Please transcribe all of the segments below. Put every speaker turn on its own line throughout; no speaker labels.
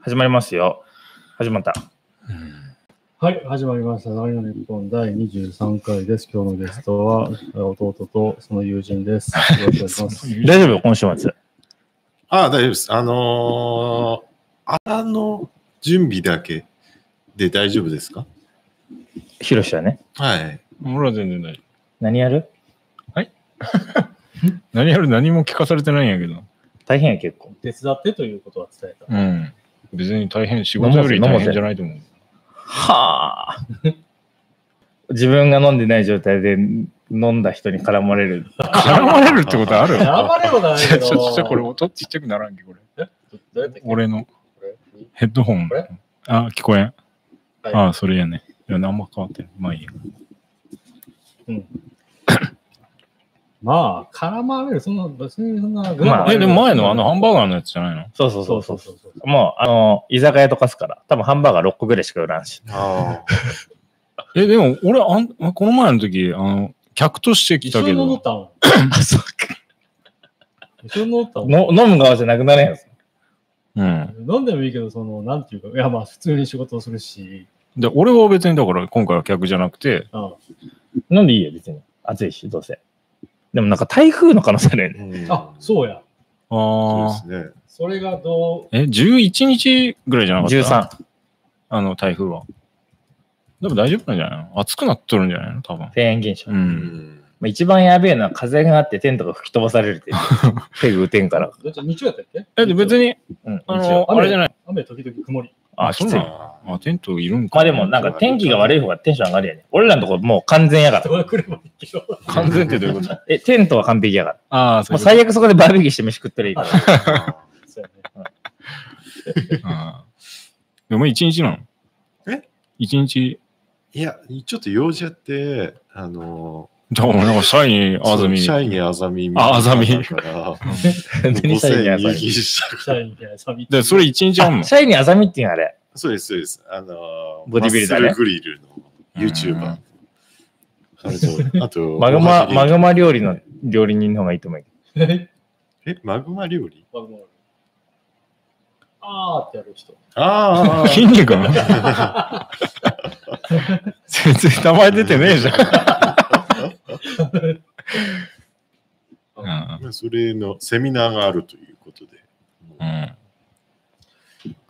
始まりますよ。始まった。
はい、始まりました。流れの日本第23回です。今日のゲストは、弟とその友人です。よろしくお願いします。
大丈夫今週末。
ああ、大丈夫です。あのー、あの準備だけで大丈夫ですか
ひろしはね。
はい。
俺は全然ない。
何やる
何やる何も聞かされてないんやけど。
大変や、結構。
手伝ってということは伝えた。
うん。別に大変、仕事より大変じゃないと思う。
はあ。 自分が飲んでない状態で飲んだ人に絡まれる。
絡まれるってことある
やばれもない
ち
け
ょ、
ど。
ちょ、ちょ、これ音ちっちゃくならんけ、これ。
どうやってこ
俺の
れ
ヘッドホン
これ。
あ、聞こえん。
はい
あそれやね。いや、何も変わってない。まあいいや。
まあ、絡まれる。そんな、別にそんな、
まあ
え、でも前のあの、ハンバーガーのやつじゃないの
そうそう
そ
そうう
そ
そうう
そうそう。
もう、あの、居酒屋とかすから。多分ハンバーガー6個ぐらいしか売らんし。
あ
え、でも俺、あんこの前の時、あの、客として来
一
た
緒
け
に乗っ
ど、
たの
あ、そう
一緒に乗ったの
の飲む側じゃなくなれへんやつ。
うん。
飲んでもいいけど、その、なんていうか、いや、まあ、普通に仕事をするし、
で、俺は別にだから今回は客じゃなくて、
うん
飲んでいいよ、別に。暑いし、どうせ。でもなんか台風の可能性あるよね。
あ、そうや。
ああ
そ、うですね。
それがど
え、11日ぐらいじゃなかった
13。
あの、台風は。でも大丈夫なんじゃないの暑くなっとるんじゃないの多分。
フェーン現象。
う。
ま
うんん。
あ一番やべえのは風があってテントが吹き飛ばされる っていう。ペグ打てんから。
う、どっち日曜やったっけ
え、で別。に、
うん。
あ
一応
の、あれじゃない。
雨時々曇り。
あ、
そ
き
う
つ
ないの。あ、テントいるんか。
まあでもなんか天気が悪い方がテンション上がるよね。俺らのとこもう完全やか
人
ら。
が来ればいいけど。
完全ってどういうこと
え、テントは完璧やから。
ああ、そ
も
う
う最
悪。
悪そこでバーベキューして飯食ったらいいから。
そうやね。
うんでも1日なの
え
?1 日。
いや、ちょっと用事あって、あの
じゃあ、なんかシャイに、
ー、
あずみ。
シャイ
で、
にあざみ。
ああざみ
だから、
何シャイニーアザミ。
右下
社員みたいなサビ。
それ1日あんの
あシャイニーアザミっていうのあれ。
そうです、そうです。あのー、
ボディビルダーね
マッスルグリルの YouTuber。あれと、あと、
マグマ、マ
マ。
グマ料理の料理人の方がいいと思うけど。
え
え、マグマ料理
マグマル あーってやる人。
あ あ。
筋肉なの 全然名前出てねえじゃん。うん
まあそれのセミナーがあるということで。
うん。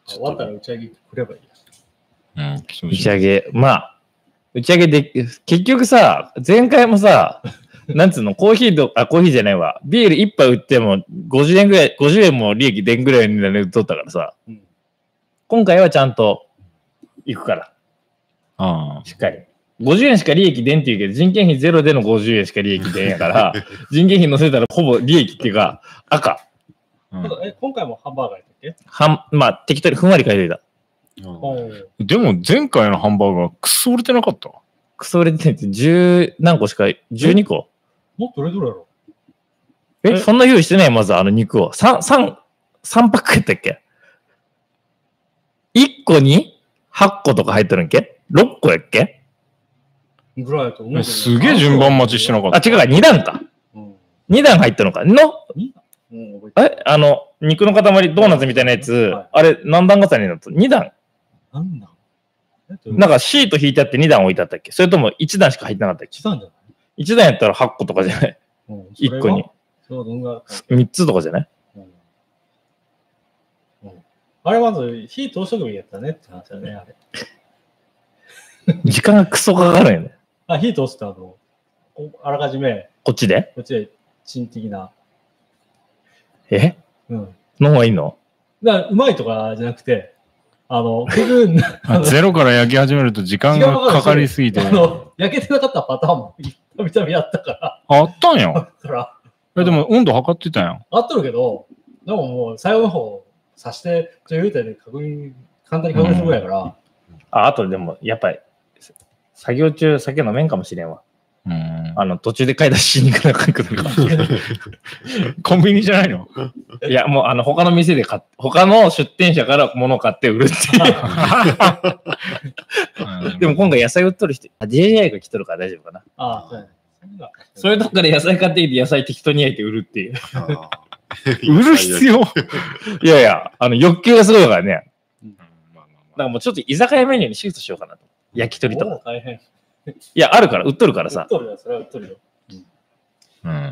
終わったら打ち上げ来ればいいや。
うん。来てほ
打
しい
ち上げ。まあ、打ち上げで、結局さ、前回もさ、なんつうの、コーヒーと、あ、コーヒーじゃないわ。ビール一杯売っても50円ぐらい、50円も利益出んぐらいになるとったからさ、
うん。
今回はちゃんと行くから。
あ
しっかり。50円しか利益出んって言うけど、人件費ゼロでの50円しか利益出んやから、人件費乗せたらほぼ利益っていうか、赤。
あ。うん
え、今回もハンバーガーやったっけ
はん、まあ、適当にふんわり書いていた。
うん
おー
でも前回のハンバーガーくそ売れてなかった。
クソ売れてて、10何個しか、12個
もっと売れとるやろ。
え
え
そんな用意してないまずあの肉を。3、三三パックやったっけ ?1 個に8個とか入ってるんけ ?6 個やっけ
ぐらいやと思うけ
え
ど。
すげえ順番待ちしてなか
あ
っ、
違うか、2段か。
うん。
2段入ってるのか。の、
うん、覚えてる
えあの、肉の塊、ドーナツみたいなやつ
はい、
あれ、何段重ねだった ?2 段
なんなんえっと、
なんかシート引いてあって2段置いてあったっけそれとも1段しか入ってなかったっけ
来たんじゃ
?1 段やったら8個とかじゃ ない
ないうん。
?1 個に。
それは。そう、どんが。
3つとかじゃない
うん。うんあれまず火通しとけばいいやったねって話だね、あれ。
時間がクソかかるよね。
あ、火通したの。こあらかじめ、
こっちで
こっちで、人的な。
え
うん。
の方がいいの
だからうまいとかじゃなくて、あ の、結局、
た。ゼロから焼き始めると時間がかかりすぎて。
あの、焼けてなかったパターンも、たびたびあったから、
あったんや。
だから、
え、でも温度測ってたんや。
あっとるけど、でももう、最後の方、さして、という点で確認、簡単に確認するぐらいやから、
あ、あとでも、やっぱり、作業中酒飲めんかもしれんわ。
うん。
あの、途中で買い出ししに行かなくなるか
コンビニじゃないの
ら。いや、もう、あの、他の店で買っ、他の出店者から物を買って売るっていう。 でも今回野菜売っとる人、あ DJI が来とるから大丈夫かな。
ああ、そうやね
そういうとこから野菜買ってきて野菜適当に焼いて売るっていう。
あー
売る必要
いやいや、あの、欲求がすごいからね。
うん
からもうちょっと居酒屋メニューにシフトしようかなと。焼き鳥と
も
か。
う大変。
いや、あるから、売っとるから
売っ
さ。
とるよ、それは売っとるよ。
うん。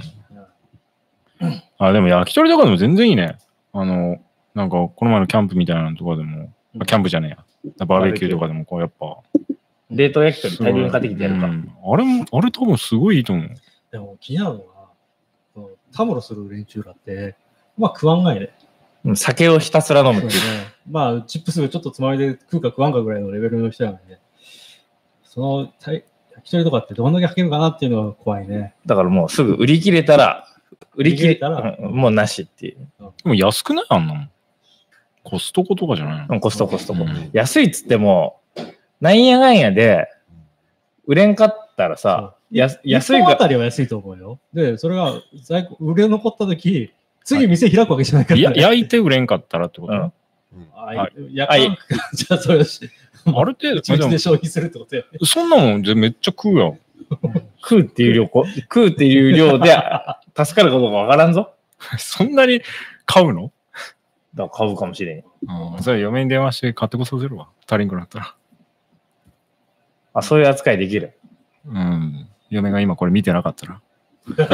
あ、でも焼き鳥とかでも全然いいね。あの、なんか、この前のキャンプみたいなのとかでも、あキャンプじゃねえや。バーベキューとかでも、こう、やっぱ。
冷凍焼き鳥
すごい
大量に買ってきてやるか。
うんあれも、あれ多分すごいいいと思う。
でも気になるのは、そのたむろする連中らって、まあ食わんがいね。
うん酒をひたすら飲む
そ
っ
う
て
ね
いう。
まあ、チップスちょっとつまみで食うか食わんかぐらいのレベルの人やのにね。その、たい焼き鳥とかってどんだけ履けるかなっていうのが怖いね。
だからもうすぐ売り切れたら、売り切
売り切
れ
れたら
うんもうなしっていう。
でも安くないあんなもん。コストコとかじゃないの
うんコストコストコ。
うん
安いっつっても、なんやかんやで、売れんかったらさ、やす安い
1本あ
か
たりは安いと思うよ。で、それが在庫、売れ残った時、次店開くわけじゃないから、
い
ね。
や焼いて売れんかったらってこと、
うん
あ
あ
はい
や、はい、じゃあそれをし、
る程
一
度、ま
日
あ
で
で
消費するってことやね。
もそんなもんじゃめっちゃ食うよ。
食うっていう量こ、食うっていう量で助かることがわからんぞ。
そんなに買うの、
だから買うかもしれん。
うん、それ嫁に電話して買ってこさせるわ。足りんくなったら。
あ、そういう扱いできる。
うん。嫁が今これ見てなかったら。
じゃ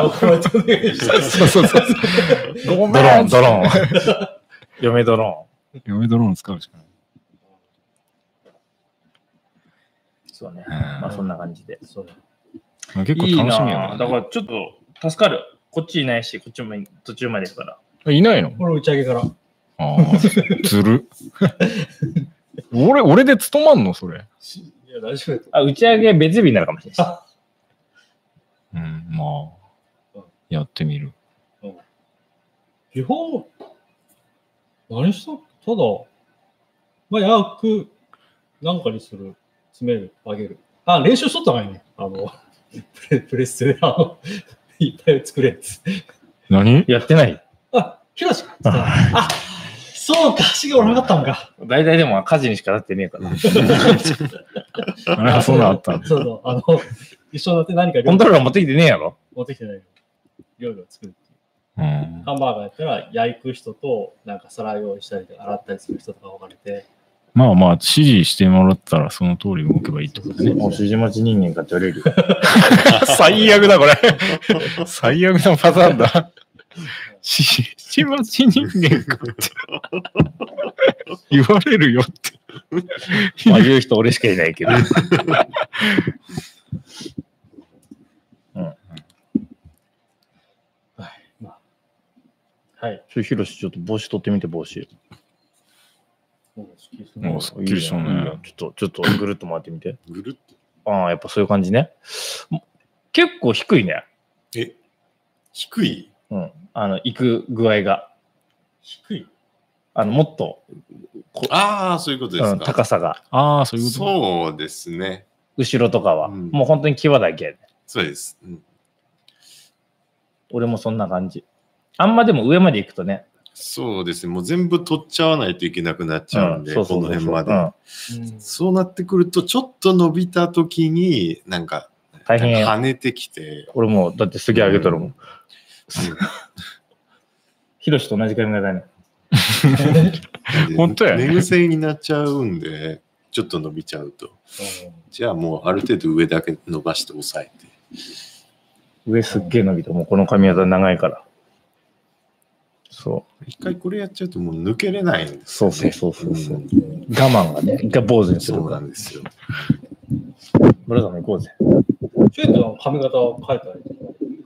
あ
これさこれお願いします
そうそうそう。
ドローン、ドローン。 嫁ドロ
嫁ドローン使うしかない。
ーン。そうね。
うん
まあそんな感じで。
そうだ
まあ結構
いい
楽しみ
な
や
あ
ね
だからちょっと助かる。こっちいないし、こっちも途中までやから。
えいないの
これ打ち上げから。
ああ、 ずる。俺、俺で務まんのそれ。
しいや、大丈夫だと
あ、打ち上げ別日になるかもしれないし。
うん、ま
うん
あ、やってみる。
基本、何したただ、まあ、やく、なんかにする、詰める、あげる。あ、練習しとった方がいいね。あの、プレプレステで、あの、 いっぱい作れっつって。
何
やってない
あ、ひろしかっつったらあ、そうか、しげおらなかったのか。
大体でも家事にしかなってねえから。
あれそんなんあったんだ
そうそう、あの、一緒になって何か
コ
料
ント
理
ローラー持ってきてねえやろ
持ってきてないよ。料理を作る。
うん。
ハンバーガーやったら、焼く人と、なんか皿用意したりとか、洗ったりする人とか分かれて、
まあまあ、指示してもらったらその通り動けばいいってことね。
もう指示待ち人間か取れる。
最悪だ、これ。最悪なパターンだ。し、しまち人間かって。言われるよっ て。
まあ言う人俺しかいない けど。
はい。
ちょ、ヒロシ、ちょっと帽子取ってみて、帽子。
もう好きです
もうすっきりしたね
いいやんいいやんちょっと、ちょっとぐるっと回ってみて。
ぐるっと。
ああ、やっぱそういう感じね。も結構低いね。
え低い
うん。あの、行く具合が。
低い。
あの、もっと、
ああ、そういうことで
う
す
ん、
か。
高さが。
ああ、そういうこと。
そうですね。
後ろとかは。
うん
もう本当に際だけ。
そうです。うん
俺もそんな感じ。あんまでも上まで行くとね。
そうですね。もう全部取っちゃわないといけなくなっちゃうんで、
そ
こ
うそう
の
そう
辺
そう
まで。
うん
そうなってくると、ちょっと伸びたときに、なんか、
うん大変や。
跳ねてきて、
俺もう、だってすげえ上げとるもん。ヒロシと同じ髪型ね。
で
本当やね
寝癖になっちゃうんで、ちょっと伸びちゃうと。じゃあもうある程度上だけ伸ばして抑えて。
上すっげえ伸びた。もうこの髪型長いから。そう。
一回これやっちゃうともう抜けれないんです
そう
よ
そう
ね。
そうそうそう、
うん
我慢がね、一回坊主にする
そう
か
な
ら。
んですよ。
村さんも行こうぜ。
シュートは髪型を変えたりとか、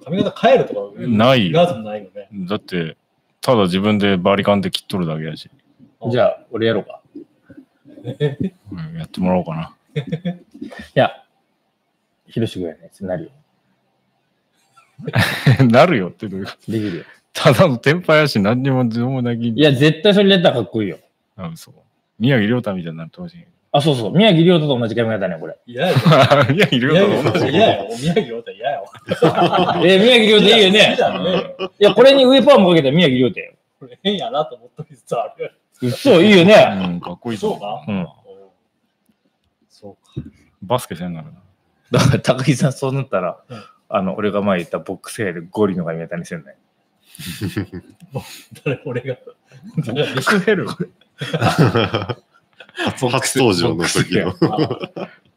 髪型変えるとか、
ないよ
なぜもないよね。
だって、ただ自分でバリカンで切っとるだけやし、
じゃあ、俺やろうか。
うんやってもらおうかな。
いや、広しぐらいのやつになるよ。
なるよってどういうこと
できるよ。
ただの天パやし、何にもどうもなき
いや、絶対それやったらかっこいいよ。
あ、嘘。宮城亮太みたいになってほしい。
あ、そうそう。宮城亮太と同じ髪型ね、これ。
嫌や。
宮城亮
嫌
太
や。嫌や。宮城太嫌やわ。
えー宮城亮太いいよね。いや、これに上パーもかけたら宮城亮太よ。
これ変やなと思ったりつある。
嘘、いいよね。
うん、かっこいいと
そう
思
か
うん。
そうか。
バスケせんなるな。
だから、高木さん、そうなったら
うん、
あの、俺が前言ったボックスヘアでゴリの髪型にせんない。
誰俺が。
ボックスヘル
初登場の時の。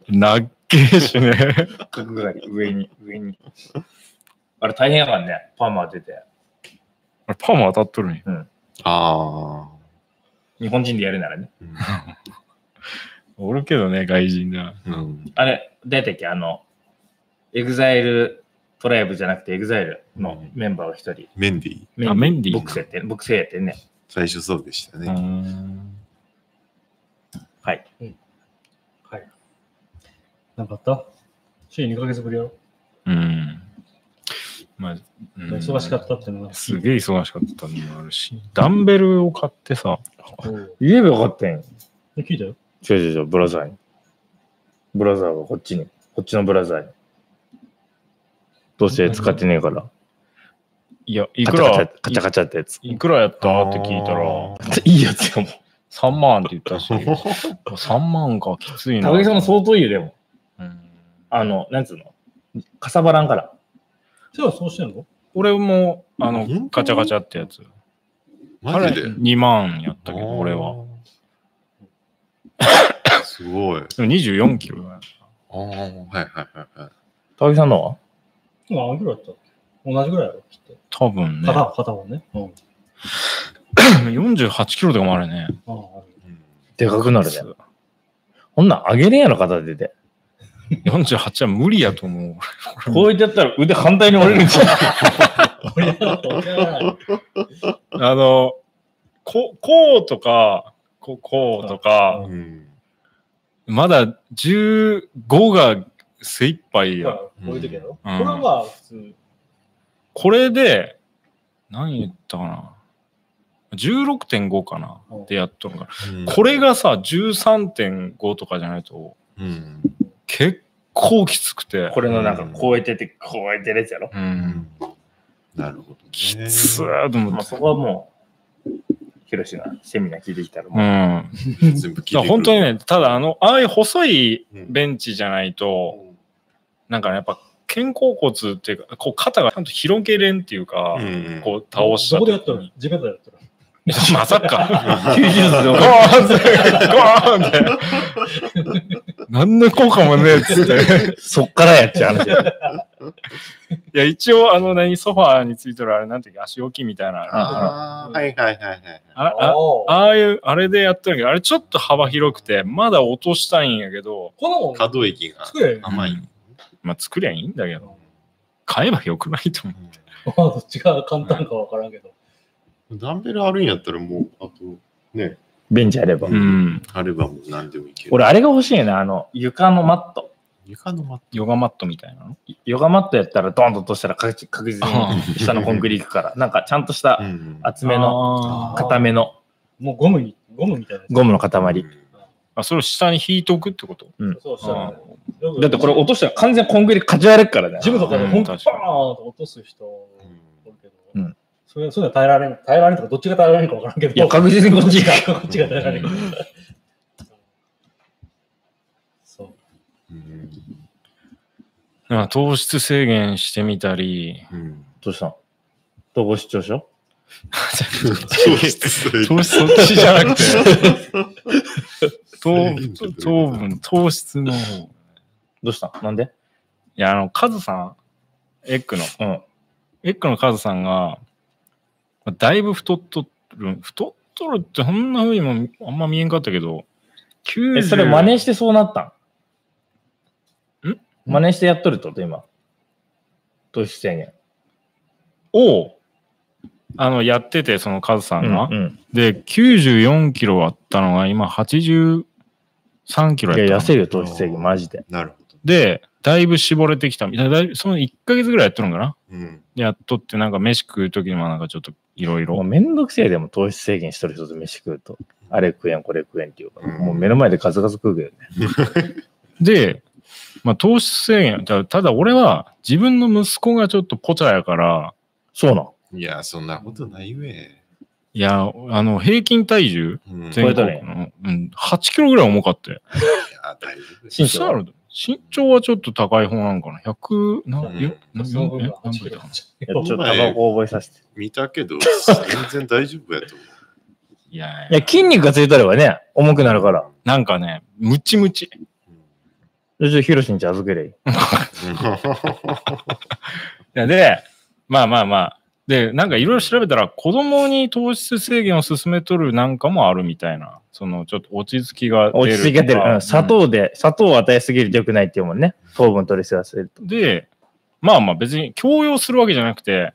なっけーし ね。
角刈り、上に、上に。あれ大変やからね、パーマ当てて。
あれパーマ当たっとるんや。
ああ。
日本人でやるならね。
うん
おるけどね、外人だ。
うん
あれ、出てけ、あの、エグザイルトライブじゃなくて、エグザイルのメンバーを一人、
メンディー、
メ
あメンディー
ボックスやって、ボックスやってんね。
最初そうでした
う
ね。
ん。
はい。
はい。なんかあった週2ヶ月ぶりやろ、
うん。まあ、うん
忙しかったっていうのが。
すげえ忙しかったのもあるし、ダンベルを買ってさ、
おう
言えばよかったんよ。
え聞いたよ。
ちょいちょいちょい、ブラザーに。ブラザーがこっちに。こっちのブラザーに。どうせ使ってねえから。
いや、い
い
くら、
カチャカチャってやつ。
いくらやったって聞いたら、
いいやつやもん。
3万って言ったし、3万かきついな。
高木さんも相当いいよ、でも。
うん
あの、なんつうのかさばらんから。
じゃあそうしてんの
俺も、あ
本当
の
に、
ガチャガチャってやつ。あ
マ
れ、
ジで
2万やったけど、俺は。。
あーすごい。あ
でも24キロだよ
あ、はいはいはいはい。
高木さんのは
今何キロやった同じぐらいやろ、きっと。
多分ね、
片方、片方ね。うん。
48キロとかもあるね。
ああ、あ る。
うん
でかくなるね。ほんなんあげねえやろ、肩出て。
48は無理やと思う。
こうやってやったら腕反対に折れるんじゃん。
俺やろ俺やろ
あの、ここうとか、ここうとか、
うん
まだ15が精一杯
まあ
や。
こういう時やろ、
うん
これはまあ普通。
これで、何言ったかな。16.5かなってやっとるから。これ、がさ、13.5とかじゃないと、
うん
結構きつくて。
これのなんか、こうやってやって、こうやってやるやつやろ。
う。
うんんなるほどね。
きつーと思
まあ、
って。
そこはもう、ヒロシがセミナー聞いてきたら、
う。
もうん
全部聞いてく
だから
る
本当にね、ただあの、ああいう細いベンチじゃないと、なんかね、やっぱ肩甲骨っていうか、こう肩がちゃんと広げれんっていうか、
うん
こう倒した
どこ
時
で
に。
やったの地べたでやったの
いや まさ か。
90度でも
ゴーンって、ゴーンって。何の効果もねえっつって。
そっからやっちゃう話やろ。
いや、一応、あの、何、ソファーについてるあれ、なんていうか、足置きみたいな。あ
ああ、はいはいはいはい。
あ
おー
ああいう、あれでやってるけど、あれちょっと幅広くて、まだ落としたいんやけど、
この
可動域が
作れ。
甘い。
まあ作りゃいいんだけど、買えばよくないと思う。
まあどっちが簡単かわからんけど。
ダンベルあるんやったらもう、あと、ね、
ベンチあれば。
うん。
あればもう何でもいける。
俺、あれが欲しいな、あの、床のマット。
床のマッ
ヨガマットみたいなの
ヨガマットやったら、ドンと落としたら確実確実に下のコンクリ行くから、なんかちゃんとした
ト。うん
厚めの、
あー
固めの、
もうゴムに、ゴムみたいなやつ。
ゴムの塊。。
あ、それを下に引いとくってこと
そうしたらね
だってこれ落としたら完全にコンクリかじわれっからね。
ジムとかで本当
う
に
ん確
バ
か
ー
に
ンと落とす人お
うん
るけど、
うん
それそういうのは耐えられん、耐えられんとかどっちが耐えられんかわからんけど、
いや、確実にこっちが。
こっちが耐えられんから。そう。
うん
まあ糖質制限してみた り、
うん
どうしたの統合失調症
そうですね
糖質そっちじゃなくて、糖糖分、糖質の方。い
どうしたのなんで
や、あの、カズさん、エッグの、
うん。
エッグのカズさんが、まあだいぶ太っとる、太っとるってそんな風にもあんま見えんかったけど、90
え、それ真似してそうなったん
ん
真似してやっとるってこと今。糖質制限。
を、あの、やってて、そのカズさんが。
うん
で、94キロあったのが、今83キ
う
ロ
ん。いや、
やったの。
痩せるよ、糖質制限、マジで。
なるほど。
で、だいぶ絞れてきたみたいな。だいぶその1ヶ月ぐらいやっとるんかな
うん。
やっとって、なんか飯食う時にもなんかちょっといろい
もう
ろ。
めんどくせえでも糖質制限しとる人と飯食うと、あれ食えん、これ食えんっていうから、
うん
もう目の前で数々食うけどね。
で、まあ糖質制限。たただ俺は自分の息子がちょっとポチャやから、
そうなん。
いや、そんなことないべ。
いや、あの、平均体重、
うん
超えたね
の、うん、8キロぐらい重かって。
いや、大丈夫です
身長
そしたら身長はちょっと高い方なんかな。100、な、
うん
よ、な、
その分
え
が
何
8キ
倍だ
ロ
かな
ちょっとタバコ覚えさせて。
見たけど、全然大丈夫やと思う。
いいやい
いや、筋肉がついとればね、重くなるから。
なんかね、ムチムチ。
じゃあちょっとヒロシんち預けれい。
いやで、まあまあまあ。で、なんかいろいろ調べたら、子供に糖質制限を進めとるなんかもあるみたいな。その、ちょっと落ち着きが出るとか。
落ち着いてる。うん砂
うん
糖で、砂糖を与えすぎると良くないっていうもんね。糖分取りすぎると。
で、まあまあ別に強要するわけじゃなくて、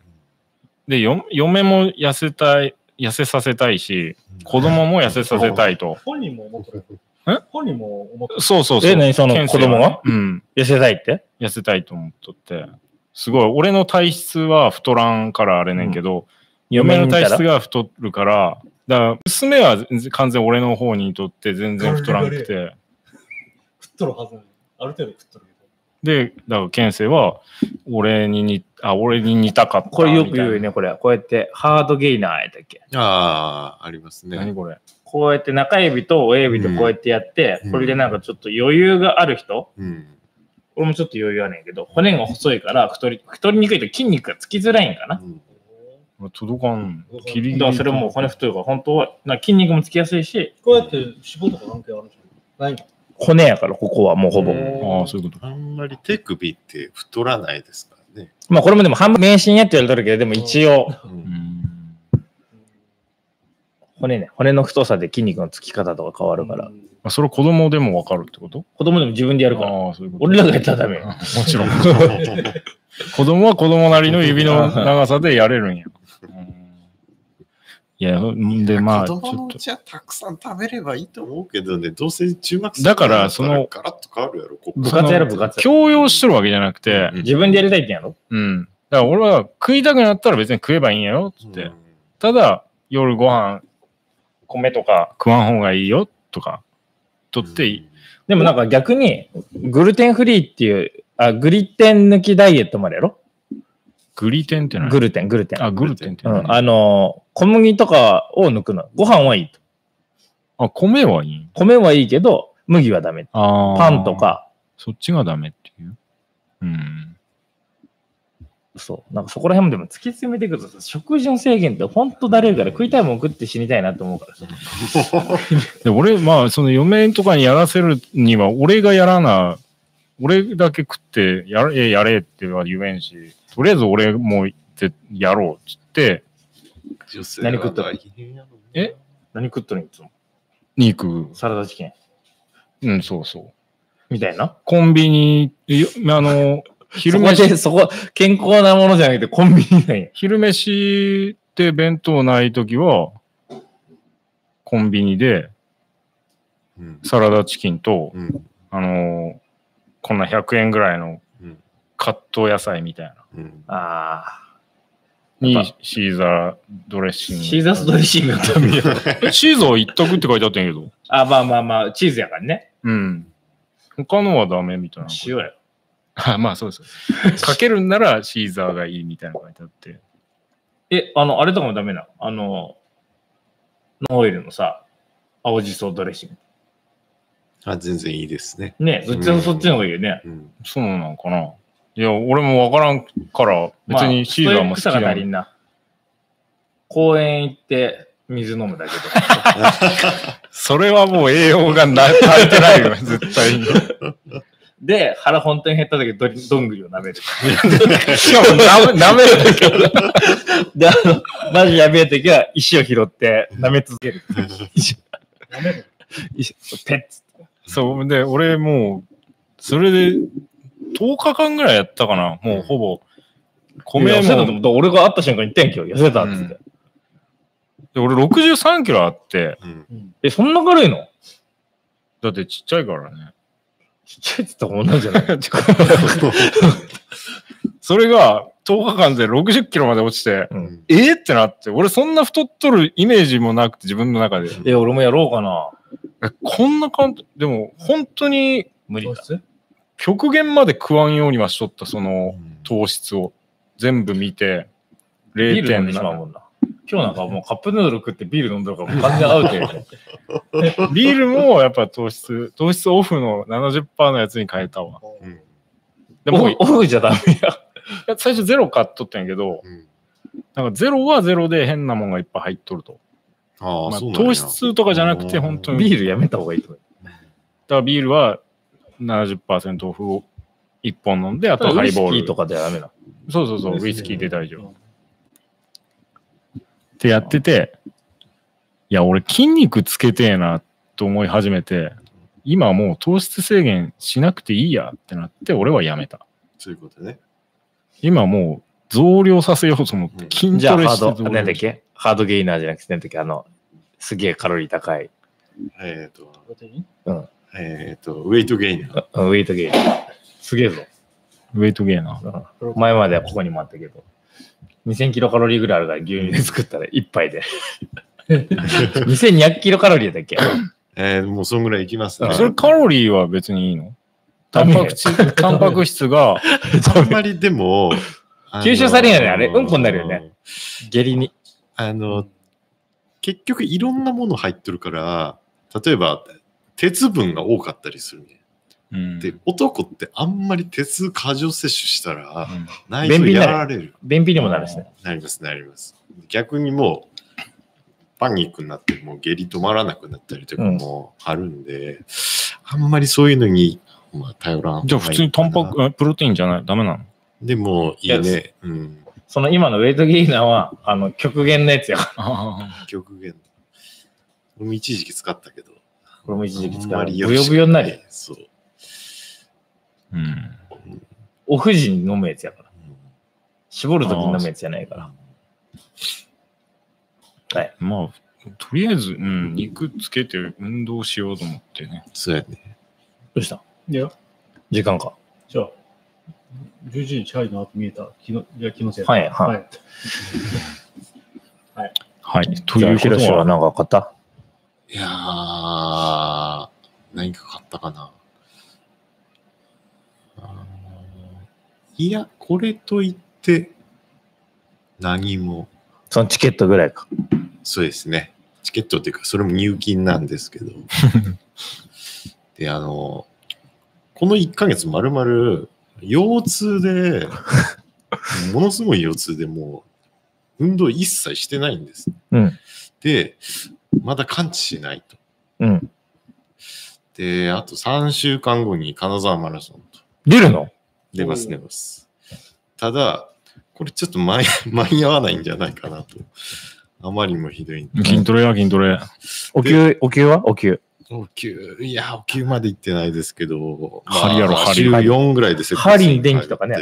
で、よ嫁も痩せたい、痩せさせたいし、子供も痩せさせたいと。
本人も思ってる。
え
本人も思ってる。
そうそうそう。
え、何その
健
子
介は
供
ね
は
うん。
痩せたいって
痩せたいと思っとって。すごい、俺の体質は太らんからあれねんけど、嫁の
に見た
体
ら
質が太るから、だから娘は全然完全俺の方にとって全然太らなくて、
食っとるはずなのにある程度食っとるけど。
で、だから健生は俺にに、あ、俺に似たかったみ
こ
た
れ
いな。
よく言うよね、これ。こうやって、ハードゲイナーやったっけ
ああ、あります
何
ね。
これ。
こうやって中指と親指とこうやってやって、
うん
これでなんかちょっと余裕がある人、
うん。
俺もちょっと余裕あるんやけど、骨が細いから太り、太りにくいと筋肉がつきづらいんかな。
うん
届かん。ギリ
だ
ギリ
からそれもう骨太いから、本当は、なんか筋肉もつきやすいし、
こうやって脂肪とか関係あるじゃん。ないの
骨やから、ここはもうほぼ。
ああ、そういうこと。
あんまり手首って太らないですからね。
まあこれもでも半分迷信やって言われてるけど、でも一応、
うーん。
骨ね、骨の太さで筋肉のつき方とか変わるから、
うん
あそれ子供でもわかるってこと
子供でも自分でやるから、
ああ、そういうこと。
俺らがやったらダメよ。
もちろん。子供は子供なりの指の 長さでやれるんや。いや、んで、 まあ、ち
子
ょっ
供のう
と。
ちはたくさん食べればいいと思うけどね、どうせ中学生
だからその
ガラッと変わるやろ、ここ
部活やる部活。
強要してるわけじゃなくて、
うん
自分でやりたいってんやろ
うん。だから俺は食いたくなったら別に食えばいいんやよっ
う
つ
ん
って。ただ、夜ご飯、米とか食わん方がいいよとか、とっていい。
でもなんか逆に、グルテンフリーっていう、あ、グリテン抜きダイエットまでやろ
グリテンって何
グルテン、グルテン。
あ、グルテンって
う
何
ん、あのー小麦とかを抜くの。ご飯はいいと。
あ、米はいい
米はいいけど、麦はダメ。
ああ。
パンと。か、
そっちがダメっていう。うん。
そう。なんかそこら辺もでも突き詰めていくとさ、食事の制限ってほんとだるいから食いたいもん食って死にたいなと思うからさ。
で俺、まあ、その嫁とかにやらせるには、俺がやらな、俺だけ食って、やれ、やれっては言えんし、とりあえず俺もぜやろうっつって、
女性
何食っ
は
た
大変やろう
え
ね
何食っとるんいつも。
肉、
サラダチキン。
うん、そうそう。
みたいな。
コンビニ、よあ の、昼
そこ
飯
で、そこ、健康なものじゃなくてコンビニなんや。
昼飯って弁当ないときは、コンビニで
うん
サラダチキンと、
うん
あの、こんな100円ぐらいの
うん
カット野菜みたいな。
うん
あやっ
にシーザードレッシ
ー。
ング。
シーザースドレッシングと。
えシーザー一択って書いてあったんやけど。
あ、まあまあまあ、チーズやからね。
うん。他のはダメみたいな。
塩や。
あまあそうです。かけるんならシーザーがいいみたいなの書いてあって。
え、あの、あれとかもダメなのあの、ノンオイルのさ、青じそドレッシン
あ、全然いいですね。
グ。ねそっちの、
うん
そっちの方がいいよね。
うん
そうなのかな。いや、俺もわからんから、別にシーザー
ま
も好き
あストイックさが
だ
足りんな。公園行って水飲むだけと か。
それはもう栄養がな足りてな いよ、絶対に。
で、腹本当に減った時、どどんぐりを舐める。
しかもなめ、 なめるだけ。
で、あの、マジやべえ時は石を拾って舐め続ける。
やめろ
石ペッツ。
そう、で、俺もう、それで、10日間ぐらいやったかな。もうほぼ、
いや
米
痩せたと
も
思った俺が会った瞬間に天気を痩せたっつって。
うんで俺63キロあって、
うん
うん
え、そんな軽いの
だってちっちゃいからね。
ちっちゃいっつったら女じゃ ない
それが10日間で60キロまで落ちて、
うん
えー、ってなって、俺そんな太っとるイメージもなくて自分の中で。
え、俺もやろうかな。
えこんな感じ、でも本当に
無理
糖
だ。
質
極限まで食わんようにはしとった、その
うん
糖質を。全部見て、
ビール飲んでしまう
0.7。
もんな。今日なんかもうカップヌードル食ってビール飲んだからもう完全アウトよ。
ビールもやっぱ糖質、糖質オフの70%のやつに変えたわ。
うん
でも、い
オフオフじゃダメや。
や最初ゼロ買っとったんやけど、
うん
なんかゼロはゼロで変なもんがいっぱい入っとると。
ああ、
まあ
そうなんや
糖質とかじゃなく
う
て、
ん
本当に、
ビールやめた方がいいと思う。
だからビールは70%オフを1本飲んで、あと
あと
ハ
ウイ
リ
スキ
ボー
ー
ル。
とかではダメな。
そうそうそう、ウイスキーで大丈夫。ってやってて、いや、俺筋肉つけてえなと思い始めて、今はもう糖質制限しなくていいやってなって、俺はやめた。
そういうことね。
今もう増量させようと思って
うん
筋
じゃ
ト
あ、
レ
ハ
して
ー
増
ド、
量
なんだっけハードゲイナーじゃなくて、なんだっけあの、すげえカロリー高い。
えっ、と、
プロテイン
えっ、と、ウェイトゲイナー。
あウェイトゲイナー。すげえぞ。
ウェイトゲーナ
う
ー。
ん
プロテイン
前まではここにもあったけど。2000キロカロリーぐらいあるから牛乳で作ったら1杯 で。2200キロカロリーだっけ
えー、もうそんぐらいいきますね。
それカロリーは別にいいのタ
ダ
ン
メ
パク 質、タンパク質が、
あんまり でも、
吸収されんよねあれうんこになるよね。下痢に。
あの、結局いろんなもの入ってるから、例えば鉄分が多かったりするね。
うん
で、男ってあんまり鉄過剰摂取したら、内
便
臓
秘にな
や
る
られる。
便秘にもなるしね。
なります、なります。逆にもう、パニックになって、もう下痢止まらなくなったりとかもあるんで、あんまりそういうのに、まあ、頼らん方がいいかな。
じゃあ普通にタンパク、あプロテインじゃない、ダメなの
でも、い
い
い
や
ね。うん。
その今のウェイトゲイナーは、あの、極限のやつや。
極限。俺も一時期使ったけど。
これも一時期使
あんま
う。ブ
りよろ
ヨ
しく
ブヨになるよ。
そう。
うん。
オフ時に飲むやつやから。
うん
絞るときに飲むやつじゃないから。
まあ、とりあえず、うん、肉つけて運動しようと思ってね。
そうやね。
どうした
いや、
時間か。
じゃあ、11時チャイの後見えた。気の、いや、気のせいだ。
はい、はい。
い。
はい。と
じゃ
い
あ、
うこ
ヒ
と
ロシは
は、
なんか買った
いやー、何か買ったかな。あーいや、これといって、何も。
そのチケットぐらいか。
そうですね。チケットっていうか、それも入金なんです けど。で、あの、この1ヶ月まるまる、腰 痛で、ものすごい腰痛でもう、運動一切してないんです。
うん。
で、まだ完治しないと。
うん。
で、あと3週間後に金沢マラソンと。
出るの
出ま
お
す、
ー
出ます。ただ、これちょっと間に間に合わないんじゃないかなと。あまりにもひどいんで。
筋トレや筋トレ。
お給、お給はお給。
お給、いや、お給まで行ってないですけど、
針やろ針
週4ぐらいで
針に電気とかね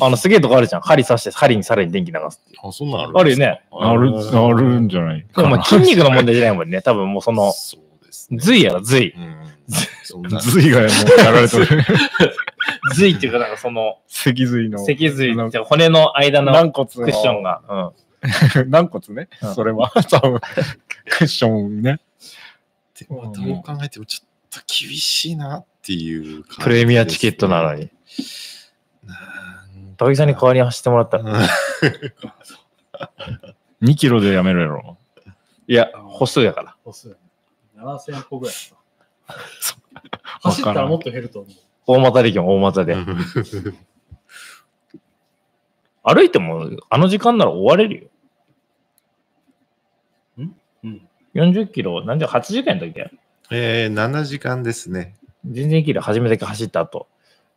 あの、すげえとこあるじゃん。針刺して、針にさらに電気流すっていう。
あ、そんなんあるん
あるよ
ですか
ね。
ある、あるんじゃない
で
か
もま
な
あ筋肉の問題じゃないもんね。多分もうその、
そうですね。
髄やろ、髄。
うん。そん な。
髄がもうやられてる。
髄っていうか、なんかその、
脊髄の。
脊髄っていうか骨の間の
軟骨
ク
の
ッションが。うん。
軟骨ね
うん。
それは、 多分。クッションね。
でもどう考えてもちょっと厳しいなっていう感じですね、
プレミアチケットなのに。
なんか。
高木さんに代わりに走ってもらったら。
2キロでやめろやろ。
いや、歩数やから。
歩数。7000歩ぐらいか
そ
な。走ったらもっと減ると思う。
大股で行けも大股で。歩いても、あの時間なら終われる
うん。
よ。40キロ、なんじゃ、8時間の時だよ。
えー、7時間ですね。
全然キロ初めて走った後、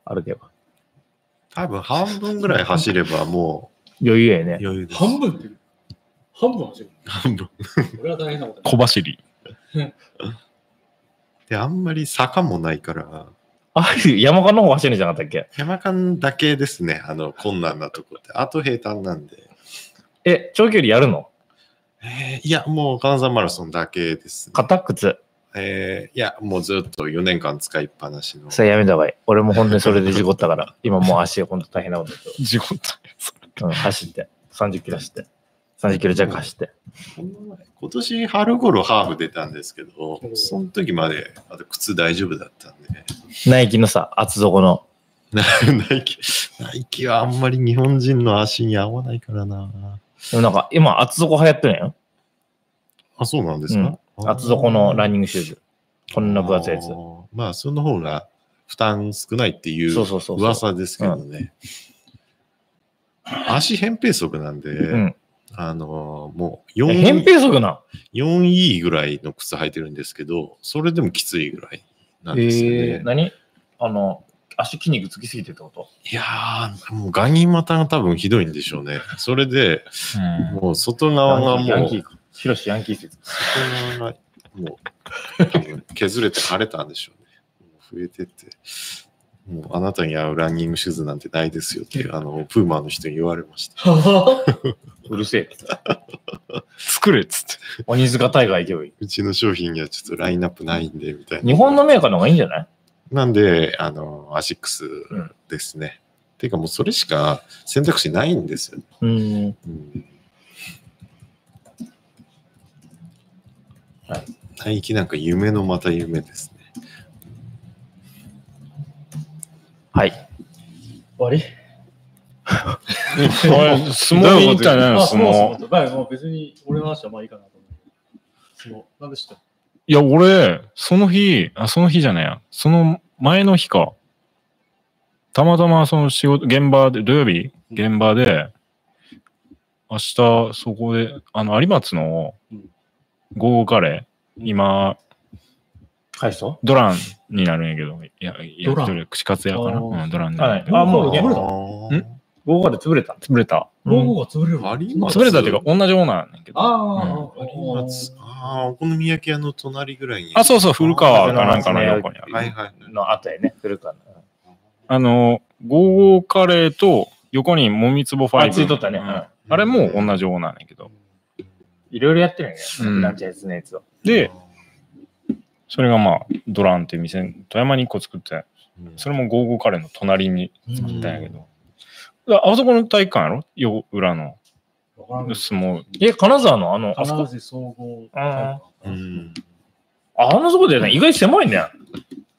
歩けば。
多分半分ぐらい走ればも
余裕やね
う。余裕です。
半分っていう。半分走る。
半分。
これは大変なことだ。
小走り。
で、あんまり坂もないから、
ある山間の方走るんじゃなかったっけ
山間だけですね、あの、困難なとこって。あと平坦なんで。
え、長距離やるの
えーいや、もう金沢マラソンだけです、ね。
肩靴。
えーいや、もうずっと4年間使いっぱなしの。
それやめた方がいい。俺も本当にそれで事故ったから、今もう足ほんと大変なことだけ
事故った。
ど、うん、走って、30キロ走って、30キロ弱走って。
今年春頃ハーフ出たんですけど
う、ん
その時まで、あと靴大丈夫だったんで。
ナイキのさ、厚底の。
なナイキ、ナイキはあんまり日本人の足に合わないからな。
でもなんか今厚底流行ってるんよ。
あ、そうなんですか、
厚底のラン
ニ
ニ
ン
ングシューズ。こんな分厚いやつ。
まあ、その方が負担少ないっていう
そうそうそうそう
噂ですけどね。足扁平足なんで、
うん。
あのーもう
え扁
4E,
平足な
4E ぐらいの靴履いてるんですけど、それでもきついぐらいなん
の。
ですよね。
えー、何あの、足筋肉つきすぎてってこと
いやー、もうガニ股が多分ひどいんでしょうね。それで、
うん。
もう外側が
ヤ
も
ン
う、
キー
外
か。ヒロシヤンキー説。
側がもう、多分削れて腫れたんでしょうね。もう増えてって、もうあなたに合うランニングシューズなんてないですよって、あの、プーマの人に言われました。
うるせえ。
作れっつって。
鬼塚大河行けばいいう
ちの商品にはちょっとラインナップないんで、みたい。な。
日本のメーカーの方がいいんじゃない
なんで、あの、アシックス
ん
ですね。ていうかもうそれしか選択肢ないんですよね。
うん。
うん
はい
ナイキなんか夢のまた夢ですね。
はい。
終わり
おい相撲みたいなの
あ、
相
そうそ
撲
う。そう。はい、もう別に俺の話はまあいいかなと思う。そう。なんでした
いや、俺、その日、あ、その日じゃないや。その前の日か。たまたまその仕事、現場で、土曜日現場で、明日そこで、あの、有松の
うん
午後カレー、今、
返そう
ドランになるんやけど、いや、いや
ドラン
る串カツ屋かな
あー
うん、ドランになるんやけど
あもう
ね
午後で潰れた。
潰れた。
午後が潰れる
あ
の
ります
潰れたっていうか、同じオーナーなんやけど。
あ
あ
あ、
ります。ああ、お好み焼き屋の隣ぐらいに。
あそうそう古川かなんかの
あ
横にある
はいはい。
の後やね、来るか
あの、ゴーゴーカレーと横にもみつぼフ
な。
ァ
あ、
イブ。
ついとったね。
う
うんん
あれも同じオーナーなんやけど。
いろいろやってるよね。
うん
なんちゃらやつのやつを。
で、それがまあ、ドランっていう店、富山に1個作って、
うん、
それもゴーゴーカレーの隣に
うん
作ったんやけど。だからあそこの体育館やろよ裏の
わからんけど
相撲。
え、金沢のあの、あそ
金
こ、
沢総合
う
体育館。
ん。
あのそこだよね。意外に狭いね。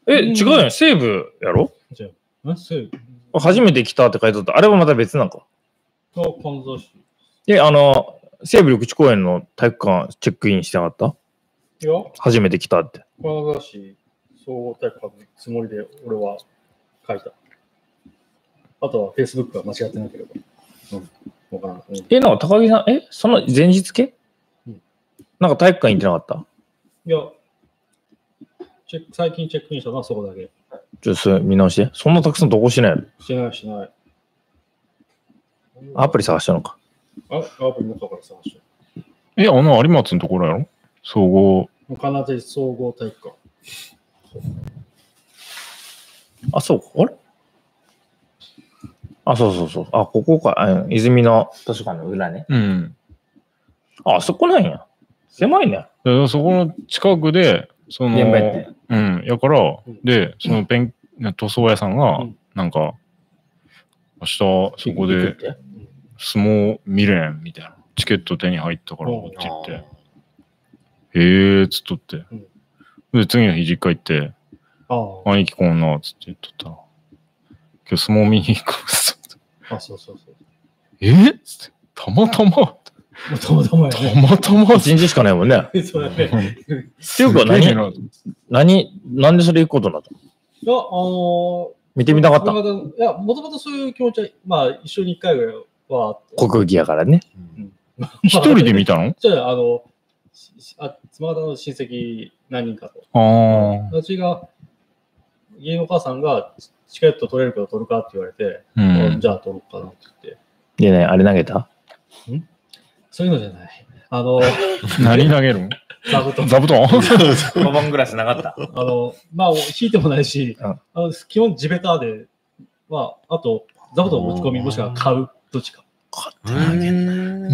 え、
うん
違うよね。西部やろ
え、西武
初めて来たって書いてあった。あれはまた別なんか。
あ金沢市。
で、あの、西部緑地公園の体育館チェックインしてなかっ
いや、
た初めて来たって。
金沢市総合体育館のつもりで俺は書いた。あとは Facebook が間違ってなければ。うん。わからん。うん
え、なんか高木さん、え、その前日系
うん
なんか体育館行ってなかった
いや、チェック最近チェックインしたのはそこだけ。
ちょっとそれ見直して。そんなたくさん投稿してないやろ
してない、してない。
アプリ探したのか。
あアプリの中から探して。
え、あの有松のところやろ総合。
金沢市総合体育館。
あ、そうか。あれあ、そうそうそう。あ、ここか。あ泉の図書館の裏ね。
うん。
あ、あそこなんや。狭いね。
だからそこの近くで、その、
現場やって。
うん、やから
うん、
で、そのペン、塗装屋さんが
うん、
なんか、明日、そこ
行
で
くって
相撲見れんみたいな。チケット手に入ったから
うん
って言って、へえーっつっとって
うん。
で、次の日実家行って、
あ
兄貴こんなっつって言っとったら、今日相撲見に行くっつって
あ、あそうそうそう。
えーっつって、たまたま、
もともともや
た
ね。
また まっつっ
一日しかないもんね。って
そうやね。
い
て。
うか
すげえ
何、
な
何、なんでそれ行くことになったの
いや、あの
見てみたかった。
ー、いや、もともとそういう気持ちは、まあ、一緒に一回ぐらいはあって、
国技やからね。
一人 で見たの
じゃあ、あの、ししあ妻方の親戚何人かと。
ああ。
うちが、家のお母さんがチチケット取れるから取るかって言われて、
う
あ
ん。
じゃあ取ろうかなって言って。
でね、あれ投げ た
そういうのじゃない。あの、
何投げるん
座布団
座 布団
5番グラスなかった。
あの、まあ、引いてもないし、
うん
あの基本地べたで、まあ、あと、座布団持ち込み、もしくは買う、どっちか。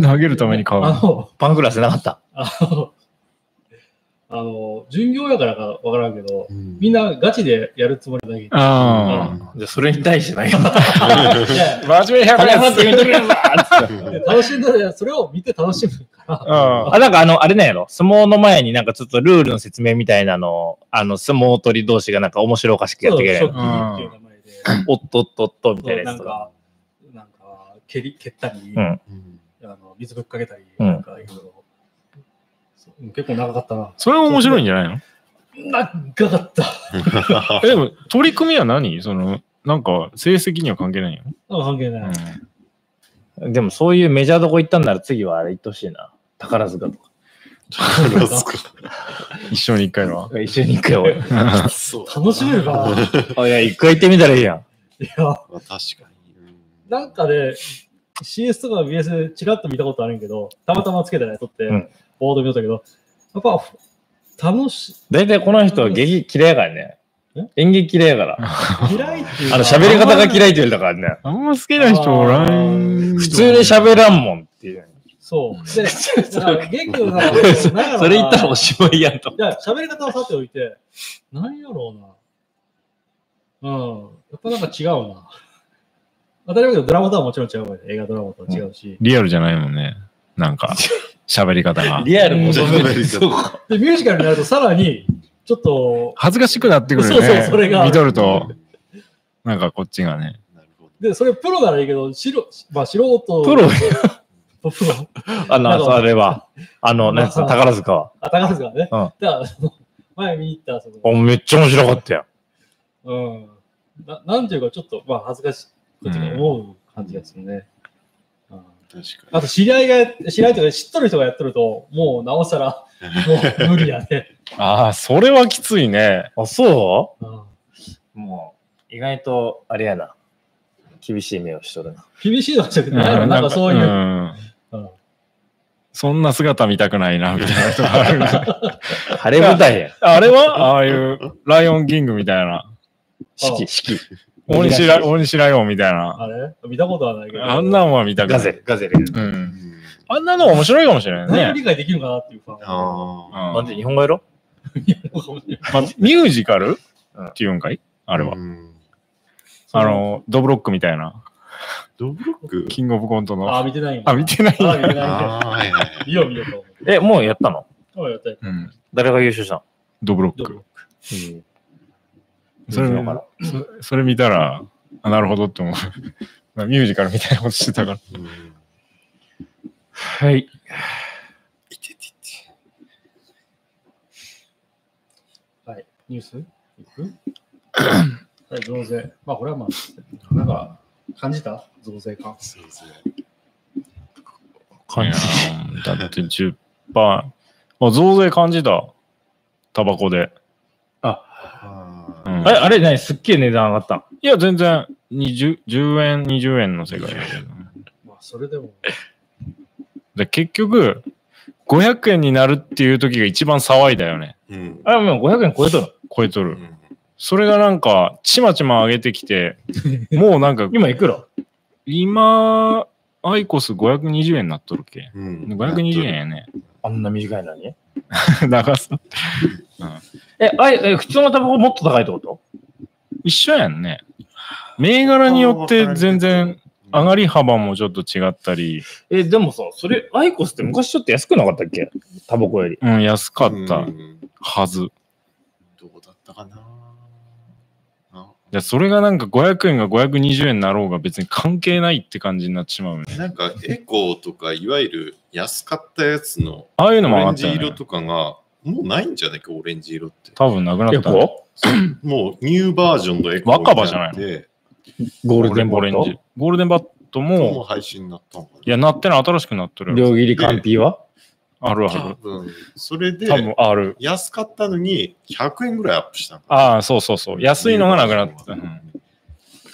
投げるために買う。
あの、
パングラスなかった。
あの、あの巡業やからかわからんけど、み
み
ん
な、
なガチでやるつもりだけ。
ああ。
じゃあそれに対して投げた。
いや
真面目100
金払って見とけよ
楽しんだら、それを見て楽しむから。
あ
あ、なんかあの、あれなんやろ。相撲の前になんかちょっとルールの説明みたいなのを、あの、相撲取り同士がなんか面白おかしくやってくれるや
そう
ろ。
や
ショッキングっていう名前で
おっとっとっとみたいな
そうな
やつ
ん
とか。
か、なんか、蹴り、蹴ったり、
うん
あの水ぶっかけたり、
うん
なんかいろいろ。そう結構長かったな。
それは面白いんじゃないの
長かった。
え、で も、取り組みは何その、なんか、成績には関係ないよ。
あ関係ない。
う
でもそういうメジャーどこ行ったんなら次はあれ行ってほしいな。宝塚とか。
宝塚。
一緒に一回は。
一緒に行くよ、俺。
そう。
楽しめるかない
あいや、一回行ってみたらいいやん。
や、
まあ、確かに。うん
なんかで、CS とか BS でチラッと見たことあるんやけど、たまたまつけてね、撮って、
うん
ボード見とったけど、やっぱ、楽し、
大体この人、劇嫌いやからね
え。
演劇嫌いやから。
嫌いっていうか
あの、喋り方が嫌いって言われたからね。
あんま好きな人おらん。
普通に喋らんもんっていう。
そう。 で、だから劇の中で、
そ
なんやろな
れ言ったらおしまいやんと。
いや、喋り方はさておいて、なんやろうな。うん。やっぱなんか違うな。当たり前だけど、ドラマとはもちろん違うわよね。映画ドラマとは違うし。
リアルじゃないもんね。なん か、喋り方が。
リアル求め
う
る。
ん
そうか
で、ミュージカルになるとさらに、ちょっと、
恥ずかしくなってくるよね。
そうそうそれが
見とると、なんかこっちがね。
なるほど。
で、それプロならいいけど、しろまあ素人。
プ ロ
プロ。
あの、 あれは。あの、なんつうの宝塚は。
あ、高橋さんね。
うん
だからその、前見に行った、そ
あ
の、
めっちゃ面白かったよ。
うん。ななんていうか、ちょっと、まあ、恥ずかしい。こっちが思う感じがするね。うん
確か
あと、知り合いがや、知り合いというか、知っとる人がやっとると、もう、なおさら、もう無理やね。
ああ、それはきついね。
あ、そ
うん
うもう、意外と、あれやな。厳しい目をしとるな。
厳しいのじゃなくて、な
う
んかそういう。
ん
うん
そんな姿見たくないな、みたいな人があるな。
晴れ舞台や。
あれはああいう、ライオンキングみたいな。
四季、四季。
大西ラ大西ライオンみたいな。
あれ見たことはないけど。
あんなんは見たくな
ガ
い。
ゼル、ガゼル。
う。
に。うんん
あんなの面白いかもしれない
何を
ね。
理解できるかなっていうか。
ああ。
な
うんん
で日本語やろ
まあ、ミュージカル
うん
っていうんかいあれは。
うん
あ、の、ドブロックみたいな。
ドブロック
キングオブコントの。
あ、見てないんだ
あ、見てない
あ、見てないんだ。
ああ、はいはいはい。
見よう見ようと思って。
え、もうやったの
そうやったよ
うん。
誰が優勝したの
ドブロッ
ど
ク。
う
それ
優勝から
そそれ見たら、あ、なるほどって思う。 ミュージカルみたいなことしてたから。
うん
はい。
いててて
はい。ニュースいくはい、増税。まあ、これはまあ、なんか、感じた増税感。
そうですね。
いやーだって10%。あ、増税感じた。タバコで。
ああ。
うん
あれ、あれ、何すっげえ値段上がったん
いや、全然、20 10円、20円の世界だけど。
まあ、それでも、
で結局、500円になるっていう時が一番騒いだよね。
うん。
あれ、もう500円超えとる。
超えと
う
る。
ん
それがなんか、ちまちま上げて きて、もうなんか、
今いくら
今、アイコス520円になっとるっけ
うん。
520円 やね。
あんな短いのに。
長さ。
え、あいえ普通のタバコもっと高いってこと
一緒やんね。銘柄によって全然上がり幅もちょっと違ったり、
え、でもさ、それ、アイコスって昔ちょっと安くなかったっけタバコより。
うん、安かった
うん
はず。
どこだったかなあ
じゃあそれがなんか500円が520円になろうが別に関係ないって感じになってしまうね。
なんかエコーとかいわゆる安かったやつの
ああいう
オ
のも上
レ
が
ン
った
ジ
よ、
色
ね。
とかがもうないんじゃないかオレンジ色って
多分なくな
結
ったね、
構
もうニューバージョンのエコー
若葉じゃないの
で
ゴールデ
ゴールデ
ン
ン
ボ
オ
レ
レ
ン
ン
ジ
ジ。。ゴールデンバット
もう
も、
配信になったのかない
や、なってない新しくなってるや
両切りカンピーは
つ。あるあ
多
る。
分それで
多分ある。
安かったのに100円ぐらいアップしたの
ああ、そうそうそう。安いのがなくなってた。うん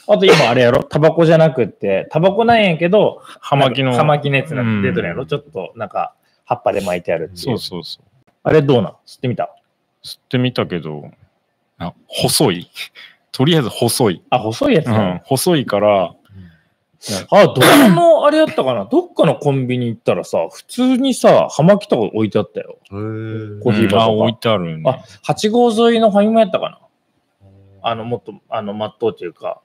あと今あれやろタバコじゃなくって、タバコなんやけど、
葉巻の。
葉巻のやつなんて出てるやろ、
うん
ちょっとなんか葉っぱで巻いてあるってい。
そううそうそう。
あれどうなん知ってみた
吸ってみたけど、あ、細い。 とりあえず細い。
あ、細いやつ
う
なの、
ん、細いから、
あ、どこのあれやったかなどっかのコンビニ行ったらさ、普通にさ、葉巻とか置いてあったよ。
へー
コーヒー
う
バー
んあ、
とか
置いてあるね。
あ、8号沿いのファミマやったかなあの、もっと、あの、まっとうというか、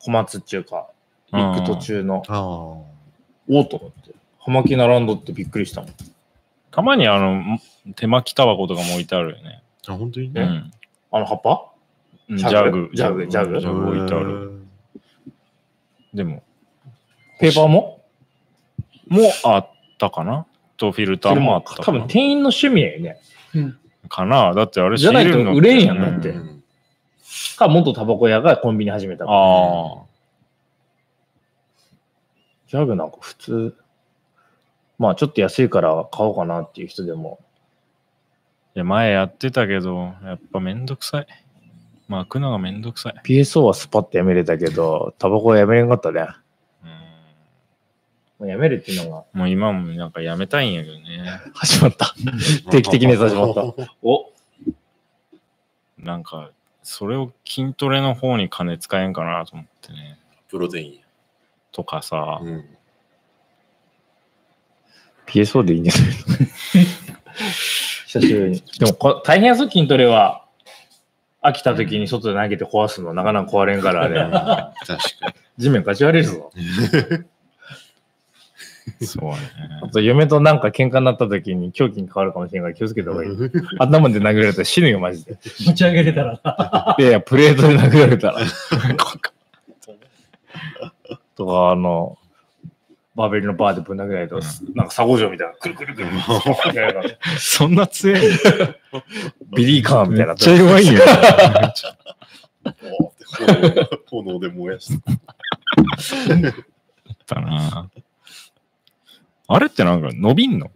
小松っていうか、行く途中の、
あー
おーと思って。葉巻並んどってびっくりしたもん。
たまにあの、手巻きタバコとかも置いてあるよね。
あ本当に
う
ね
ん。
あの葉っぱ
うん
ジ
ジ
ャ
ャ
グ
グ。
ジャグ
うんジャグ置いてある。でも、
ペーパーも
もうあったかなとフィルタ
そ
ー
れ
も
も
あったかな。
多分店員の趣味やよね。
かなだってあれ
じゃないと
仕入れるのって
売れんやんだ
う
って
うん
ん。
か、元タバコ屋がコンビニ始めたから。
ああ。
じジャグなんか普通、まあちょっと安いから買おうかなっていう人でも、
いや、前やってたけど、やっぱめんどくさい。巻くのがめんどくさい。
PSO はスパッとやめれたけど、タバコはやめれんかったね。
うん
もうやめるっていうの
もう今もなんかやめたいんやけどね。
が始まった。定期的に始まった
お
なんか、それを筋トレの方に金使えんかなと思ってね。
プロテイン
とかさ
や。、うん。
PSO でいいんじゃないの久しぶりに。でもこ大変やぞ、筋トレは。飽きた時に外で投げて壊すの、なかなか壊れんから、あれ。
確か
地面かち割れるぞ。
そうね。
あと、嫁となんか喧嘩になった時に狂気に変わるかもしれんから気をつけた方がいい。
に。
頭で殴られたら死ぬよ、マジ で。
持ち上げれたらな。
いやいや、プレートで殴られたら。とか、あの、バーベルのバーでぶん殴られたら、なんか佐合城みたいな、くるくる くるくるってやられたら
そんな強い
ビリーカーンみたいな。
めっちゃ弱いよ。
おーって炎炎で燃やした。
だな。あれってなんか伸びんの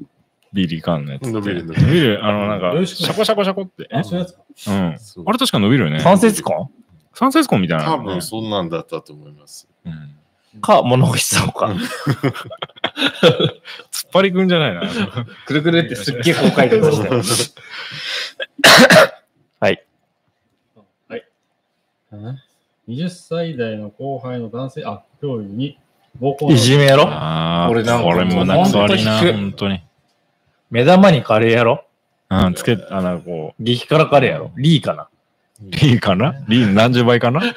ビリカンのやつって。
伸びる
伸
伸
び
び
る
る。
あの、なんか、
よ
シ
し
ャコシャコシャコって。
あ、そういうやつか。
うん。あれ
そう
確か伸びるよね。
関節感
関節痕みたいな
多
のね。
分そんなんだったと思います。
うん。
か、物干しそうか。
突っ張りくんじゃないな。
くるくるってすっげえ高回転させたよ。はい。
はい。20歳代の後輩の男性、あ、教員に暴行の
いじめやろ
ああ、
俺なんか
俺もなんか悪いな、
ほんと低い
本当に。
目玉にカレーやろ
うん、つけ、あの、こ
激辛カレーやろリーかなっ
う、リーかなリーの何十倍かな
す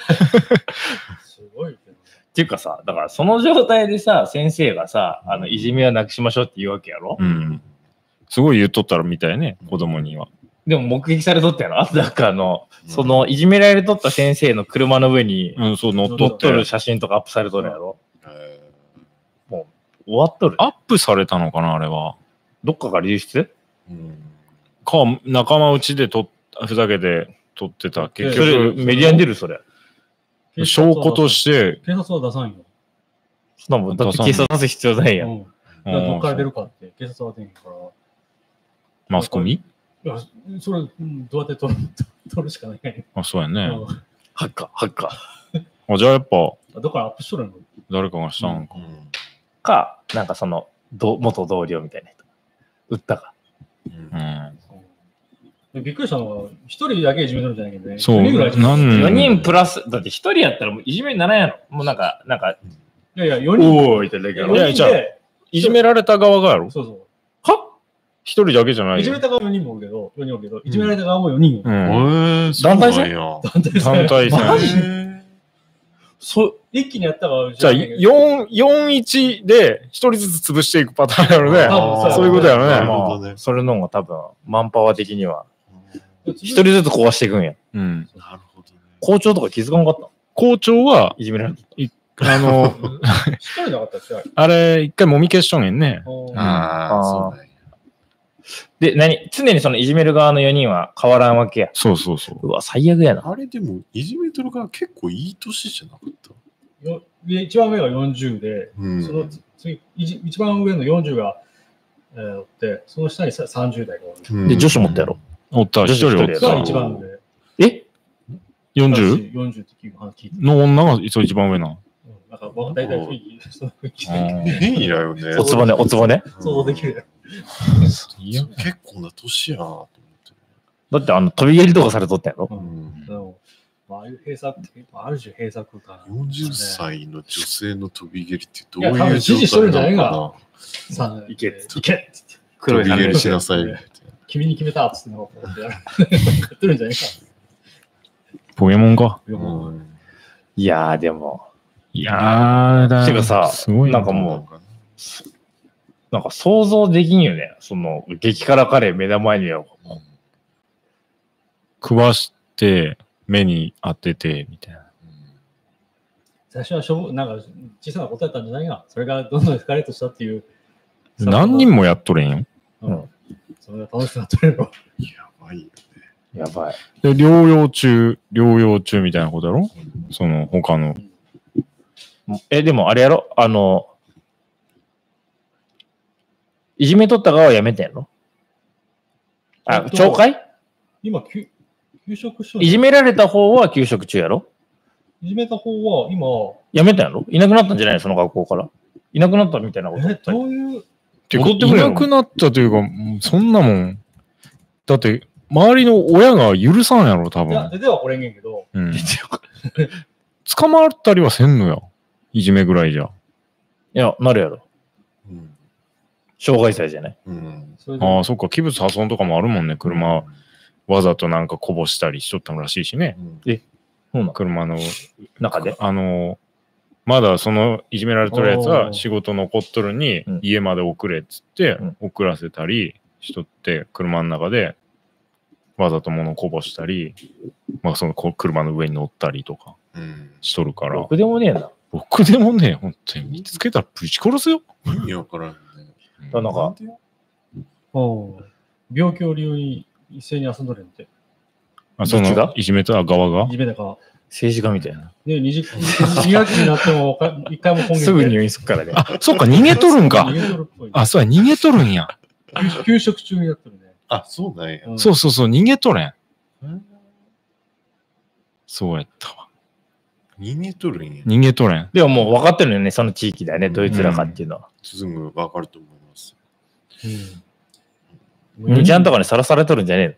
ごいけどね。
ていうかさ、だからその状態でさ、先生がさ、あの、いじめはなくしましょうって言うわけやろ
うん。すごい言っとったらみたいね、子供には。
でも目撃されとったやろ なんかあの、その、いじめられとった先生の車の上に
うん、そう、乗っ
撮
と
っ
っ
と
て。
る写真とかアップされとるやろ
え
終わっとる。
アップされたのかな、あれは。
どっかが流出
ーうん
か、仲間内でとふざけて撮ってた。結
それ
局、
メディアに出るそれ。
証拠として、
警察は出さんよ。
そんなもん、だって警察出す必要ないやん。
うん。だからどっから出
うん
るかって、警察は出んから。
マスコミ
いや、それ、うんどうやって取る取るしかないね。
あ、そうや
う
ね。
ん
ハッカー、ハッカー。
あ、じゃあやっぱ、
あどっからアップしとるの
誰かがしたんか。
うん
か、なんかその、ど元同僚みたいな人。売ったか。
うん
うん。
でびっくりしたのは、一人だけいじめとるんじゃないけどね。
そう
四人ぐらいいじめとる
なんうん
4人プラス、だって1人やったらもういじめにならんやろ。もうなんか、なんか、
いやいや、4人。
おーいってだけや
四
ろ。
人
いや
はい
じゃあ
で
いじめられた側がやろ
そうそ
一人だけじゃな
う。い
い
じ
よ
めた側4人もおるけど、4人おるけど、いじめられた側も4人よ。
う
え
ん。
ーそう
団
な
体
ん
戦
や
団体戦
団体
マジ
戦。
え
そう、
一気にやったから、
じゃあ、4、4-1で一人ずつ潰していくパターンやろ
ー
ね。
多分
そういうことやろね
な
ま
る
あ
ほどね。
それの方が多分、マンパワー的には。
一
1人ずつ壊していくんや。
うん。
なるほどね。
校長とか気づかんかった
校長は、
いじめられて。
あの、
一人なかったっけあれ
あれ、一回もみ消しとんねんね。
あ
ああ、そうなんや。
で、何常にそのいじめる側の4人は変わらんわけや。
そうそうそう
わ、最悪やな。
あれでも、いじめとるから結構いい年じゃなかった。
ーよ一番上が40で、
うん
その次、いじ一番上の40が、えー、おって、その下にさ30代がおる。
うん
で、女子持ったやろ。
う。おった、一人おっ
女子一人
が
た
や。
一番上。
え
40?
40って聞く話聞いて。
の女がそう一番上なの。
うんなんか、まあ大体雰囲気、その雰囲気で
うん
変だよね。
おつぼね、おつぼね。
想像できる。
い
い
や
や、結構な年やなと思って。
だってあの、飛び蹴りとかされとったやろ。
うん
でもまあ、ああいう閉鎖って、まあ、ある種閉鎖空間なんですよね。
40歳の女性の飛び蹴りってどういう
いや
状
多分指示しとるんじゃな
態
い
な
か
のか
さあ
いけ
えーいけって言って
な飛び蹴りし
し
なさいみたい
君に決めたっつってのがこうやってやるやってるんじゃないか。
ポケモンか。
な。
もう
うん
いやー、でも。
いやー、だ
てかさ
すごい
なんかもう
う。
なんか想像できんよね。その、激辛カレー目玉前には。
食わして、目に当てて、みたいな。
最初はしょぼなんか小さなことやったんじゃないが、それがどんどんエスカレートしたっていう。
何人もやっとれんよ。
うんそれが楽しくなってるの。
やばいよね。
やばい。
で、療養中、療養中みたいなことやろその、他の。
え、でもあれやろあの、いじめとった側はやめてんのあ、
えっと
懲戒
今、休休職しとる
いじめられた方は休職中やろ
いじめた方は今、
やめたんやろいなくなったんじゃないのその学校から。いなくなったみたいなこと。
え、どういう、
てか、
戻
い
ってくれよ
なくなったというか、もうそんなもん。だって、周りの親が許さんやろ、多
いや、出
分。
てはこれんげんけど、
うん、捕まったりはせんのや。いじめぐらいじゃ。
いや、なるやろ。
うん。
障害祭じゃない。
うん。
それで、
ああ、そっか、器物破損とかもあるもんね。車、わざとなんかこぼしたりしとったらしいしね。
うん。
そうなん
車の、
中で。
あの、まだそのいじめられてるやつ
おー
は仕事残っとるに
うん
家まで送れっつって
うん
送らせたりしとって車の中でわざと物こぼしたり、まあそのこ車の上に乗ったりとか
うん。
しとるから
ろくでもねえな。だか
僕でもね、本当に見つけたらぶち殺すよ。
意味わからんね。
らなんか、
うん病気を理由に一斉に遊んどるんって、
あそ
どっち
の
が
いじめた側が
いじめだから。
政治家みたいな。
で、2時二学期になってもわか一回も本
すぐ入院するからね。
あ、そっか、逃げとるんか。あ、そうや、逃げとるんや。
給食中にやってるね。
あ、そうなんや。
うん
そうそうそう、逃げとれん。そうやったわ。
逃げとるんや。
逃げとれん。
でももう分かってるよね、その地域だよね、どいつらかっていうのは。
すぐわかると思います。
二、ちゃんとかにさらされとるんじゃね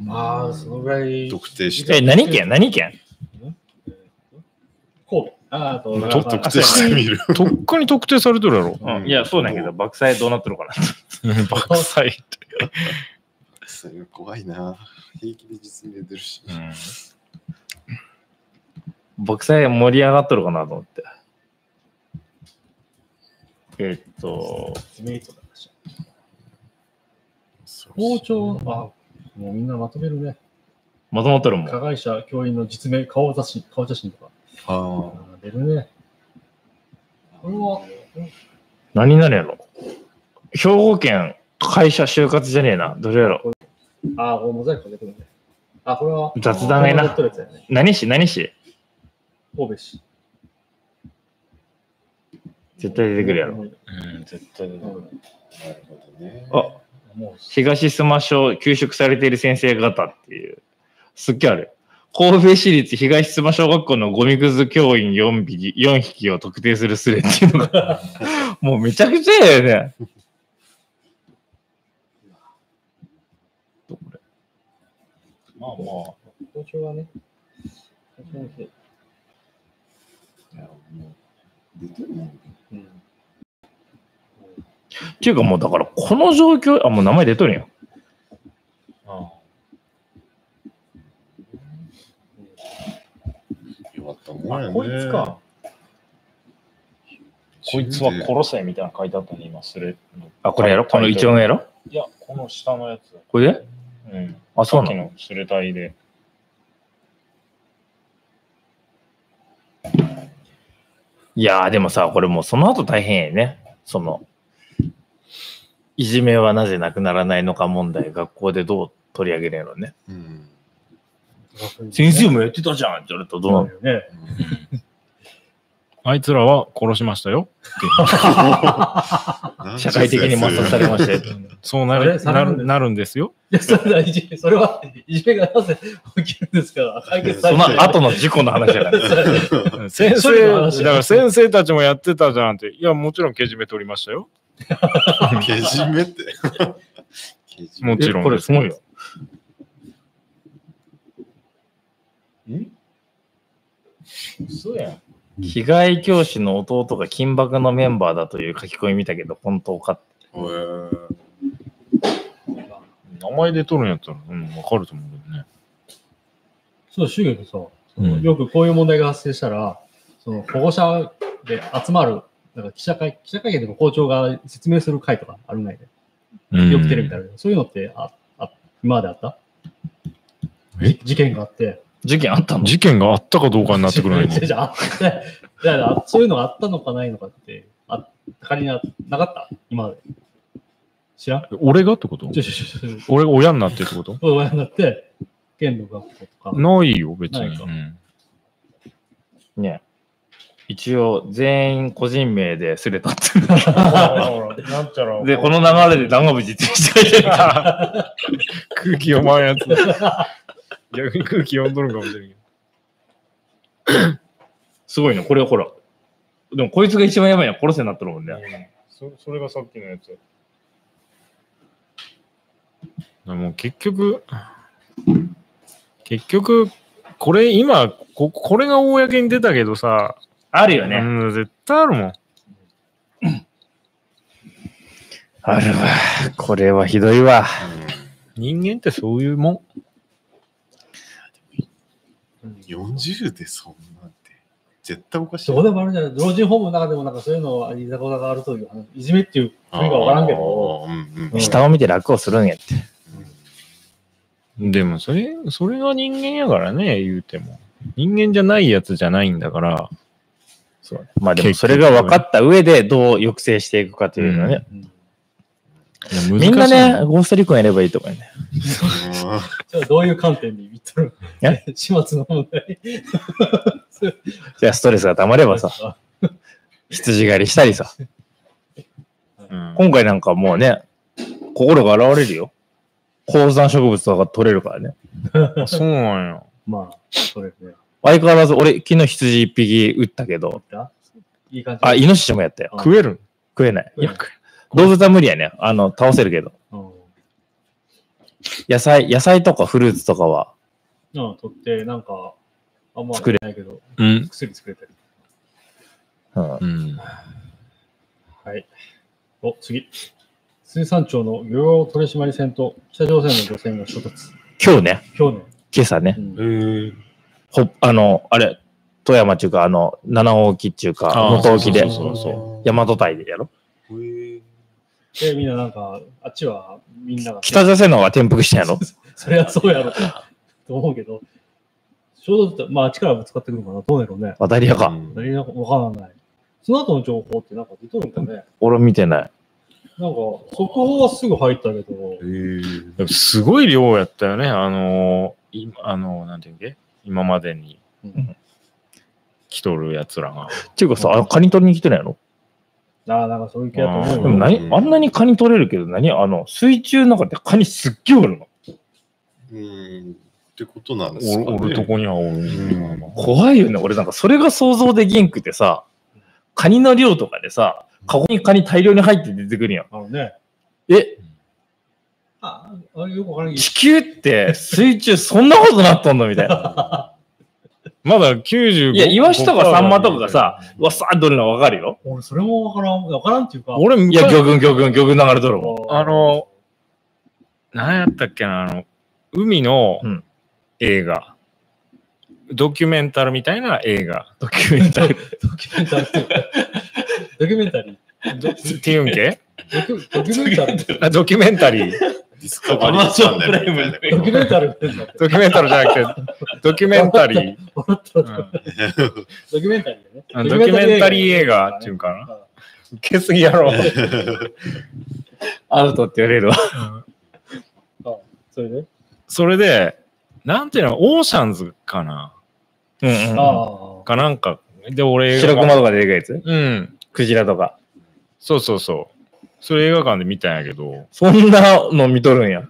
まあ、そのぐらい。
特定し
えの。え、
て。
何県何県
神戸。ああ、と、
と特定してみる。
とっくに特定されとるや ろ。
うんも
爆災どうなってるかな。
爆災って。
すごい怖いな。平気で実名出るし。
爆災盛り上がっとるかなと思って。えっと、
メイトだし
そう
校長、あもうみんなまとめるね。
まとまっとるも
加
ん。
害者、教員の実名、顔写真、顔写真とか。
ああ。
あ出るね。これは、
何になるやろ兵庫県会社就活じゃねえな。どれやろ
ああ、これモザイクかけてるね。あ、これは
雑談がいいな
これは撮るやつやね
何市何市
神戸市。
絶対出てくるやろ。
ろ。
絶対出
うん
なるほどね。
あ
もう
東須磨省給食されている先生方っていう、すっげえある。神戸市立東須磨小学校のゴミくず教員4匹 ,4 匹を特定するスレ っていうのが、もうめちゃくちゃやよね。どこれまあまあ。
校長はね、先生
いやもう出てるもん
うん、
っていうかもうだから、この状況、あ、もう名前出とるんやん。
弱ったもんやね。
こいつか。
こいつは殺
殺せみたいな書いてあったね、今、すれ。
あ、これやろこの一音やろ
いや、この下のやつ。
これで
うん。
あ、そう
さっ
な
き
の
のスレタイで。
いやーでもさ、これもうその後大変やね。その、いじめはなぜなくならないのか問題、学校でどう取り上げるやろうね。
うん。
先生もやってたじゃんって言われたらどうな
そ
の
うだよね。
あいつらは殺しましたよ。
うん
社会的に抹殺されましたよ。
そうな
あれ
る
さ
な
れるんです
るなるんですよ。
いや、それはいじめ、それは、いじめがなぜ起きるんですから、解決さ
そ
れ
の後の事故の話やから。
先
そういう
生、
話
だから先生たちもやってたじゃんって。いや、もちろんけじめ取りましたよ。
けじめって。けじめ
もちろん。
えこれすごいよ。。
そうやん。
被害教師の弟が金箔のメンバーだという書き込み見たけど、本当かって。
へー
名前で取るんやったら、うん、わかると思うけどね。
そう、修学さ、
うん
よくこういう問題が発生したら、その保護者で集まる、なんか記者会、記者会見でも校長が説明する会とかあるないで、よくテレビであるけどそういうのってあ、あ、今まであった
え
じ事件があって、
事件あったの
事件があったかどうかになってくるの よ
違う違うあってだからそういうのがあったのかないのかって、あ仮にななかった今まで。知らん
俺がってこと
ちょちょちょちょ、
俺が親になってってこと
そう親になって、県の学校とか。
ないよ、別
ない
に。
か
うん
ね一応全員個人名ですれたっていう。
なんちゃ ら
で、この流れで長渕って人がいる
空気読まんやつ。逆に空気読んどるかもしれんけど。
すごいね、これほら。でもこいつが一番やばいのは殺せになったるもんね。
そそれがさっきのやつやでも結局結局これ今ここれが公に出たけどさ、
あるよね。
うん絶対あるもん
あるわ。これはひどいわ。
人間ってそういうもん
うん
40でそんなんて、絶対おかしい。
どうでもあるんじゃない老人ホームの中でもなんかそういうのはいざこざがあるという話いじめっていう意味がわからんけど、
あー。うん
うん
下を見て楽をするんやって。
でもそれそれが人間やからね言うても人間じゃないやつじゃないんだから
そうまあでもそれが分かった上でどう抑制していくかというのはね。
うん
いや難しい
みんなね、ゴーストリコンやればいいとかね。
うん
じゃあどういう観点で見とる
え
始末の問題。
じゃあストレスが溜まればさ、羊狩りしたりさ。
うん
今回なんかもうね、心が現れるよ。高山植物とか取れるからね。
あそうなんや
まあ、それね。
相変わらず俺、昨日羊一匹撃ったけど、
いい感じ。
あ、イノシシもやったよ。
食える
食えない。
いや
動物は無理やね。あの、倒せるけど。
うん。
野菜、野菜とかフルーツとかは、
うん、取って、なんか、あんま
作
作
れ
れないけど、
うん、
薬作れたり。
うん。
うん、
はい。お、次。水産庁の漁業取締船と北朝鮮の漁船が衝突。
今日ね、
去年。
今朝ね
う、ん
えー
ほ、あの、あれ、富山っていうか、あの、七尾沖っていうか、
あー
能登沖で
そう、そうそう
大和台でやろ。
そう。えー
で、みんななんか、あっちはみんなが。
北朝鮮の方が転覆したんやろ。
そりゃそうやろとと思うけど、衝突って、まあ、あっちからぶつかってくるのかな、どうやろうね。
渡り屋
う
か。
ん
何がわからない。その後の情報ってなんか出とるんかね。なんか、
俺見てない。
速報はすぐ入ったけど、
えー
でもすごい量やったよね。あのー、いあのー、なんていうんだっけ今までに
うん
来とるやつら
っ
が。
ていうかさ、あのカニ取りに来てないの
ああ、なんかそういう系だと思うよ
うん
でも何、
うん
あんなにカニ取れるけど何、あの、水中の中でカニすっげえおるの。
うん。ってことなんですかね。
おおるとこにはおる。
ん
怖いよね。俺なんかそれが想像できんくてさ、カニの量とかでさ、カゴにカニ大量に入って出てくるやん。
あのね。
え、
ああれよくわからんけ
地球って水中そんなことなっとんのみたいな。
まだ95。
いや、イワシとかサンマとかがさ、わさーっとるのはわかるよ。
ど、俺、それもわからん、わからんっていうか、
俺、
い
い
や、
や、
魚群、魚群、魚群流れとるもん。
あの、何やったっけな、あの、海の
うん
映画、ドキュメンタルみたいな映画
ドキュメンタリー。
ドキュメンタリー。ドキュメンタリー。
っていうんけ
ドキュドキュメンタリー。
あドキュメンタリー。
ディスカバリーチャンネルみたいな。
ドキュメンタリーみたいになってる
ドキュメンタルじゃなくて、ドキュメンタリー。
笑った
う
ら
ん
ドキュメンタリーだね。
あドキュメンタリー映画っていうかな。
な。
受けすぎやろ。
アウトって言われるわ。
それで
それで、なんていうの、オーシャンズかな
うんうんうん。
ああ。
かなんか。で、俺、
白熊とかででかいやつ
うん。
クジラとか。
そうそうそう。それ映画館で見たんやけど、
そんなの見とるんや。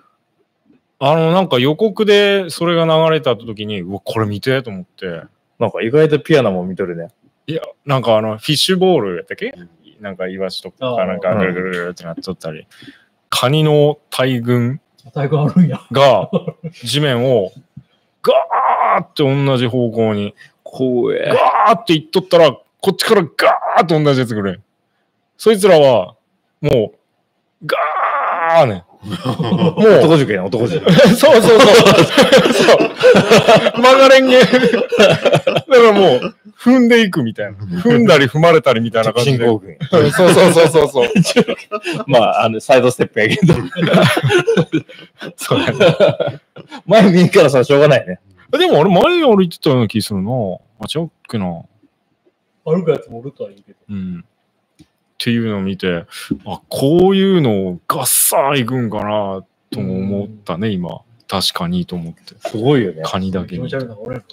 あの、なんか予告でそれが流れた時に、うわ、これ見てと思って。
なんか意外とピアノも見とるね。
いや、なんかあの、フィッシュボールやったっけなんかイワシとか
あー
なんかぐるぐるぐるってなっとったり、カニの大群
大根あるんや。
が地面をガーって同じ方向に
怖え。
ガーって行っとったら、こっちからガーっと同じやつ来る。そいつらは、もう、ガーね。もう、
男塾やん、男塾。
そうそうそう。そう。曲がれんげ。だからもう、踏んでいくみたいな。踏んだり踏まれたりみたいな感じ
進
で。う
行
ん
軍。
そうそうそうそうそう。
まあ、あの、サイドステップやけど。
そうやね
前見んからさ、しょうがないね。
でもあれ、前歩いてたような気するな。あ、違うっけな。
歩くやつもおるとは言うけど。
うん。っていうのを見て、あ、こういうのをガッサーいくんかなとも思ったね、今。確かにと思って。
すごいよね。
カニだけ
気
に
持ち悪いのがおれる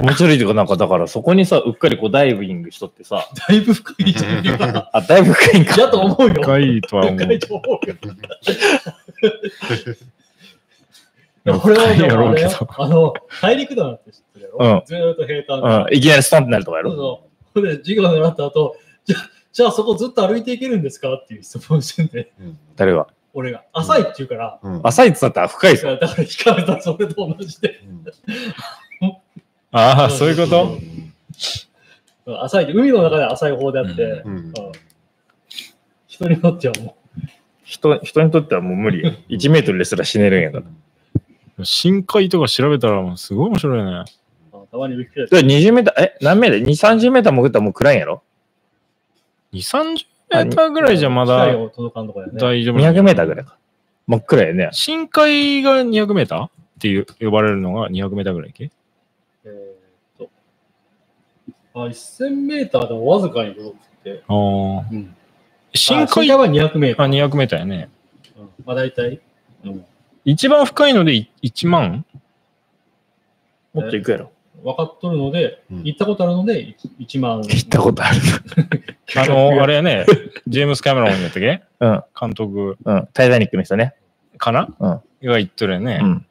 面白いというか、なんかだからそこにさ、うっかりこうダイビングしとってさ、
だいぶ深いじゃん。や
あ、ダイブ深いんか。
と思うよ。
深いとは 思う
深。いと思うよ。い
でも
やこれは
深い
で
や
も
ろ
あ
う
れ
け
よ
ど。
あの、大陸だなって知ってるや
うん
ろ。ずーっと平坦な。
うん、いきなりスタンプになるとかや
そう
ろ。
そう。で、授業になった後、じゃあじゃあそこずっと歩いていけるんですかっていう質問してんで、
うん
誰が。
俺が。浅いって言うから、
うん
浅いって言ったら深いで
だ
す
か
よ。
らだから引かれたそれと同じで、
うん
ああ、そういうこと
うん浅いって、海の中では浅い方であって、
う
うん
うん人にとってはも
人人にとってはもう無理よ。1メートルですら死ねるんやから。
深海とか調べたらもうすごい面白いね。
ううん、たまにびっくり
じゃあ20メーター、え、何メーター ?2、30メーター潜ったらもう暗いんやろ
2、30メーターぐらいじゃま
機械
だ
を届かんとこやね。
大丈夫。
?200 メーターぐらいか。真っ暗やね。
深海が200メーターっていう呼ばれるのが200メーターぐらいっけ
えーっとあ1000メーターでもわずかに届くって。
ああ。
うん、
深
深
海
海
あ
は200メーター。
200メーターやね。
うん、まあ大体。うん
一番深いのでい1万
もっと行くやろ。
分かっとるので、
うん
行ったことあるので、1万。
行ったことある。
あの、あれやね、ジェームス・キャメロンやったっけ
うん。
監督
うん。タイタニックの人ね。
かな
うん
が言っとるよね
う。ん。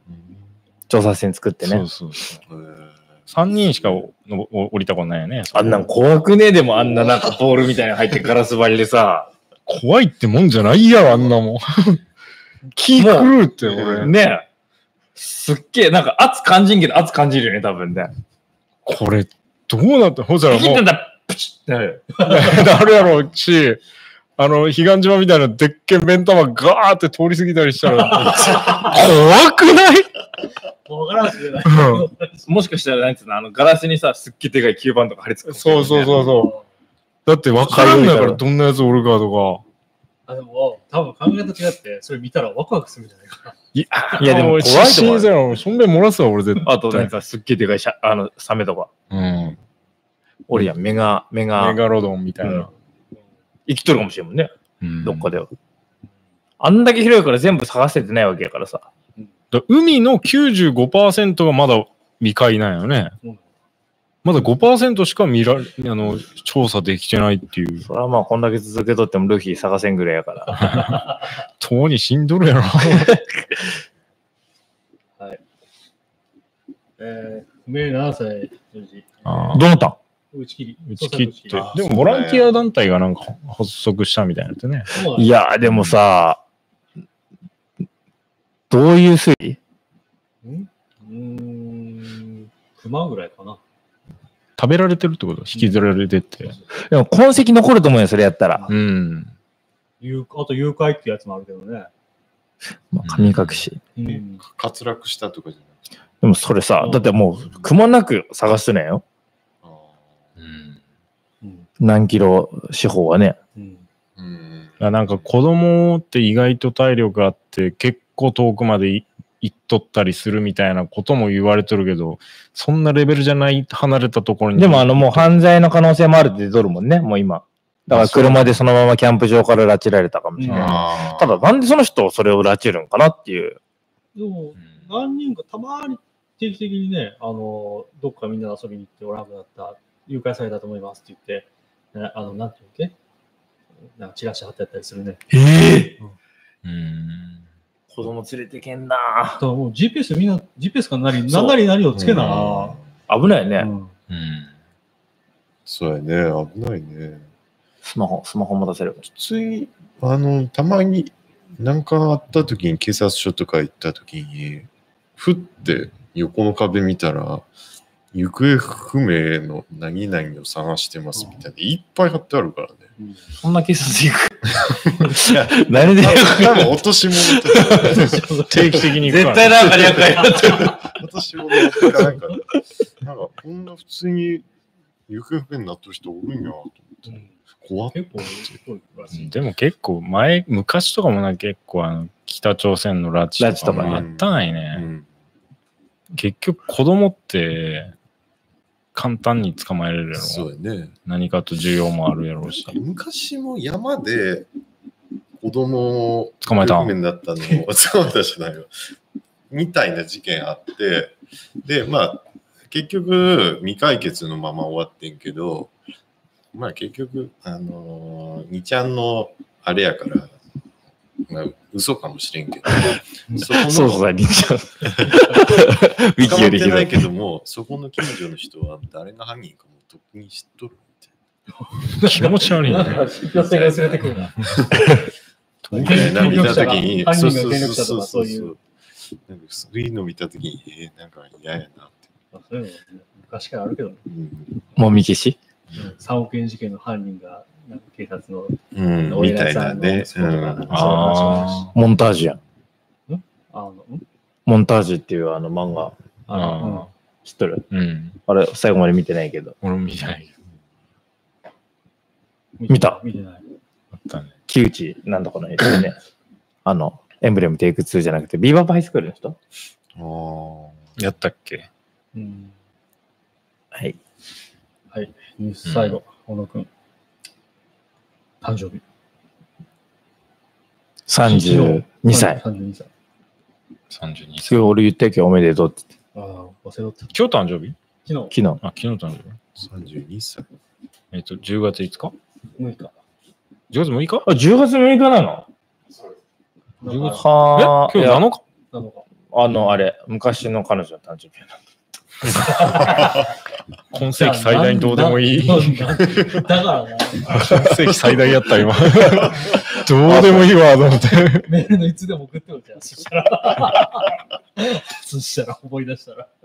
調査船作って
そ
ね
う。そうそう。
うんうん
3人しかおのお降りたことないよね。
あんなん怖くねえでもあんななんかボールみたいなの入ってガラス張りでさ。
怖いってもんじゃないやろ、あんなもん。 気狂うって、俺。
ねえ。すっげえ、なんか圧感じんけど圧感じるよね、多分ね。
これ、どうなって、ほんじゃら
ピキ
も
ッて、
う
なったらプチってなるよ。
なるやろうし、あの、彼岸島みたいなでっけえ目ん玉ガーって通り過ぎたりした ら、怖くない
分からんしじゃない。
もしかしたら、なんつうの、あの、ガラスにさ、すっげえでかい吸盤とか貼り付けてる
そ
よ
う
ね
そうそうそう。だって分からんだからどんなやつおるかと
あでも、多分考えと違って、それ見たらワクワクするんじゃないかな。
か。
いやでも怖いと思うよ
心臓やろそんべん漏らすわ、俺絶対。
あと、なんかすっげえでかいシャあの、サメとか。
うん。
おるやん、メガ、メガ
メ、ガロドンみたいな。
生きとるかもしれんもんね、
うん
どっかでは。あんだけ広いから全部探せてないわけやからさ。
だから海の95%がまだ未開なんよね。
うん
まだ5%しか見られ、あの、調査できてないっていう。
それはまあ、こんだけ続けとってもルフィ探せんぐらいやから。
とうに死ん どるやろ。
えー、不明7歳、女児。
あ
どうなったん
打ち切り。
打ち切って
捜索打。
でもボランティア団体がなんか発足したみたいなってね。
ち切りそうだね
いやー、でもさ、どういう推理
うんうーん、熊ぐらいかな。
食べられてるってこと引きずられてって。
でも痕跡残ると思うよ、それやったら。
うん。
誘あと誘拐ってやつもあるけどね。
まあ、神隠し。
うん、
滑落したとかじゃなくて
でもそれさ
う、ん
だってもう、くまなく探してないよ。
あ
うん、
何キロ四方はね。
うん、
ーうん
あなんか子供って意外と体力あって結構遠くまでい行っとったりするみたいなことも言われとるけど、そんなレベルじゃない離れたところに。
でもあの、もう犯罪の可能性もあるって出とるもんね、もう今。だから車でそのままキャンプ場から拉致られたかもしれ
うん
ない。
あー
ただ、なんでその人をそれを拉致るんかなっていう。
でも
う、ん
何人かたまに定期的にね、あの、どっかみんなで遊びに行っておらんくなった、誘拐されたと思いますって言って、ねあの、なんていうっけなんかチラシ貼ってあったりするね。
え
うん
子供連れてけんな
だからもう GPS みんな、GPS かなり、
そう
何なり何をつけな。
危ない
うん
よね。
うん
そうやね、危ないね。
スマホ、スマホ持たせる。
普通に、あの、たまに、なんかあった時に、警察署とか行った時に、ふって横の壁見たら、行方不明の何々を探してますみたいな、いっぱい貼ってある からね。
うん
そんな警察行く何でよ
多分落とし物とか、
定期的に行く
絶
から
対なんか厄介だ
落とし物とか、なんか、なんかこんな普通に行方不明になってる人おるんやと思って、怖っ
結構、結構らしい。
でも結構前、昔とかもな結構あの北朝鮮の拉致とかも
拉致とか
あ
ね
ったないね。結局子供って簡単に捕まえれる
うん
やろ。
そうやね。
何かと需要もあるやろうし。
昔も山で子供を
捕まえた
行方不明になったのを捕まえたじゃないよみたいな事件あってでまあ結局、未解決のまま終わってんけど、まあ結局、あのー、2ちゃんのあれやから、まあ、嘘かもしれ んけど、そこの
そうそう、リ チャード。ウィキ
捕ま
よ
っ
り
て
ひど
ない
い。
けども、そこの近所の人は誰が犯人かもとっくに知っとる
気持ち悪い
なん
ね。
か、信憑性が薄れてくるな。
みたいな。
権
見
力者
たと
が
きに、
犯
そう
人
そ
が
う
権
そ
力
う
者
そ
と
う
か
そ
そうういう。
なんかそういうの見たときに、えー、なんか嫌やなって。
まあそういうの昔からあるけどね、
うん
もみ消し
3億円事件の犯人が、なんか警察の
うん、みたいなね。う、
そうだなんああ
モンタージュやん。
あの、ん
モンタージュっていうあの漫画、
あの、
知っとる
うん。
あれ、最後まで見てないけど。
俺も見てない。
うん
見た
見てない。
あったね。
木内なんとかのやつだよね。あの、エンブレムテイク2じゃなくて、ビーバーバイスクールの人
あー
やったっけ
うん。
はい。
ニュース最後、小野くん。誕生日。
32歳。
32歳。
?32
す
歳。
ごい俺言ったっけおめでとうって
ああ、忘れとった。
今日誕生日
昨日、
言って。
あ、昨日誕生日
32歳。
えっと、10月5日
6日。
?10 月6日
昨日。あ、10月6日なの
10月え
は
今
あ、
日
いや
7日
なのか。
あの、あれ、昔の彼女の誕生日やな
今世紀最大にどうでもいい。
な
今
んだなんだだからな、
世紀最大やった今。どうでもいいわ、と思って。
メールのいつでも送っておいて、そしたら。 そしたら、思い出したら。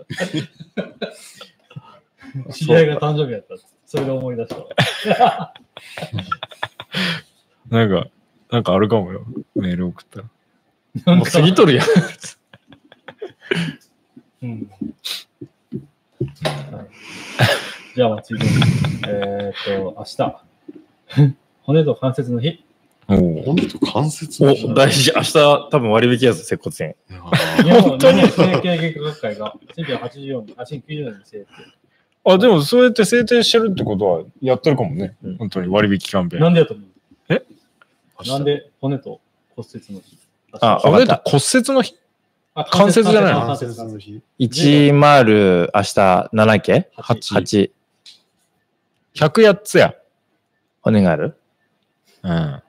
知り合いが誕生日やったっつって。それで思い出したわ。
なんか、なんかあるかもよ。メール送ったら。
もう過ぎとるやん。
うんはいじゃあ、次に。えーっと、明日。骨と関節の日。
お
本当関節
お、大事。明日、多分割引やぞ、接骨院。
あ
日
ー
本日本整形外科学会が1984年、あ1990年に制
あ、でもそうやって制定してるってことはやってるかもね。
うん
本当に割引キャンペ
定。
ー
な
ン。
んでやと思う
明日
なんで骨と骨折の日
あ
あれ
わか
骨折の日
あ
関節じゃないの
関
関
節
節
関節
の日。
101、明日、7系
八
?8。
?100 やつや。
お願いある
うん。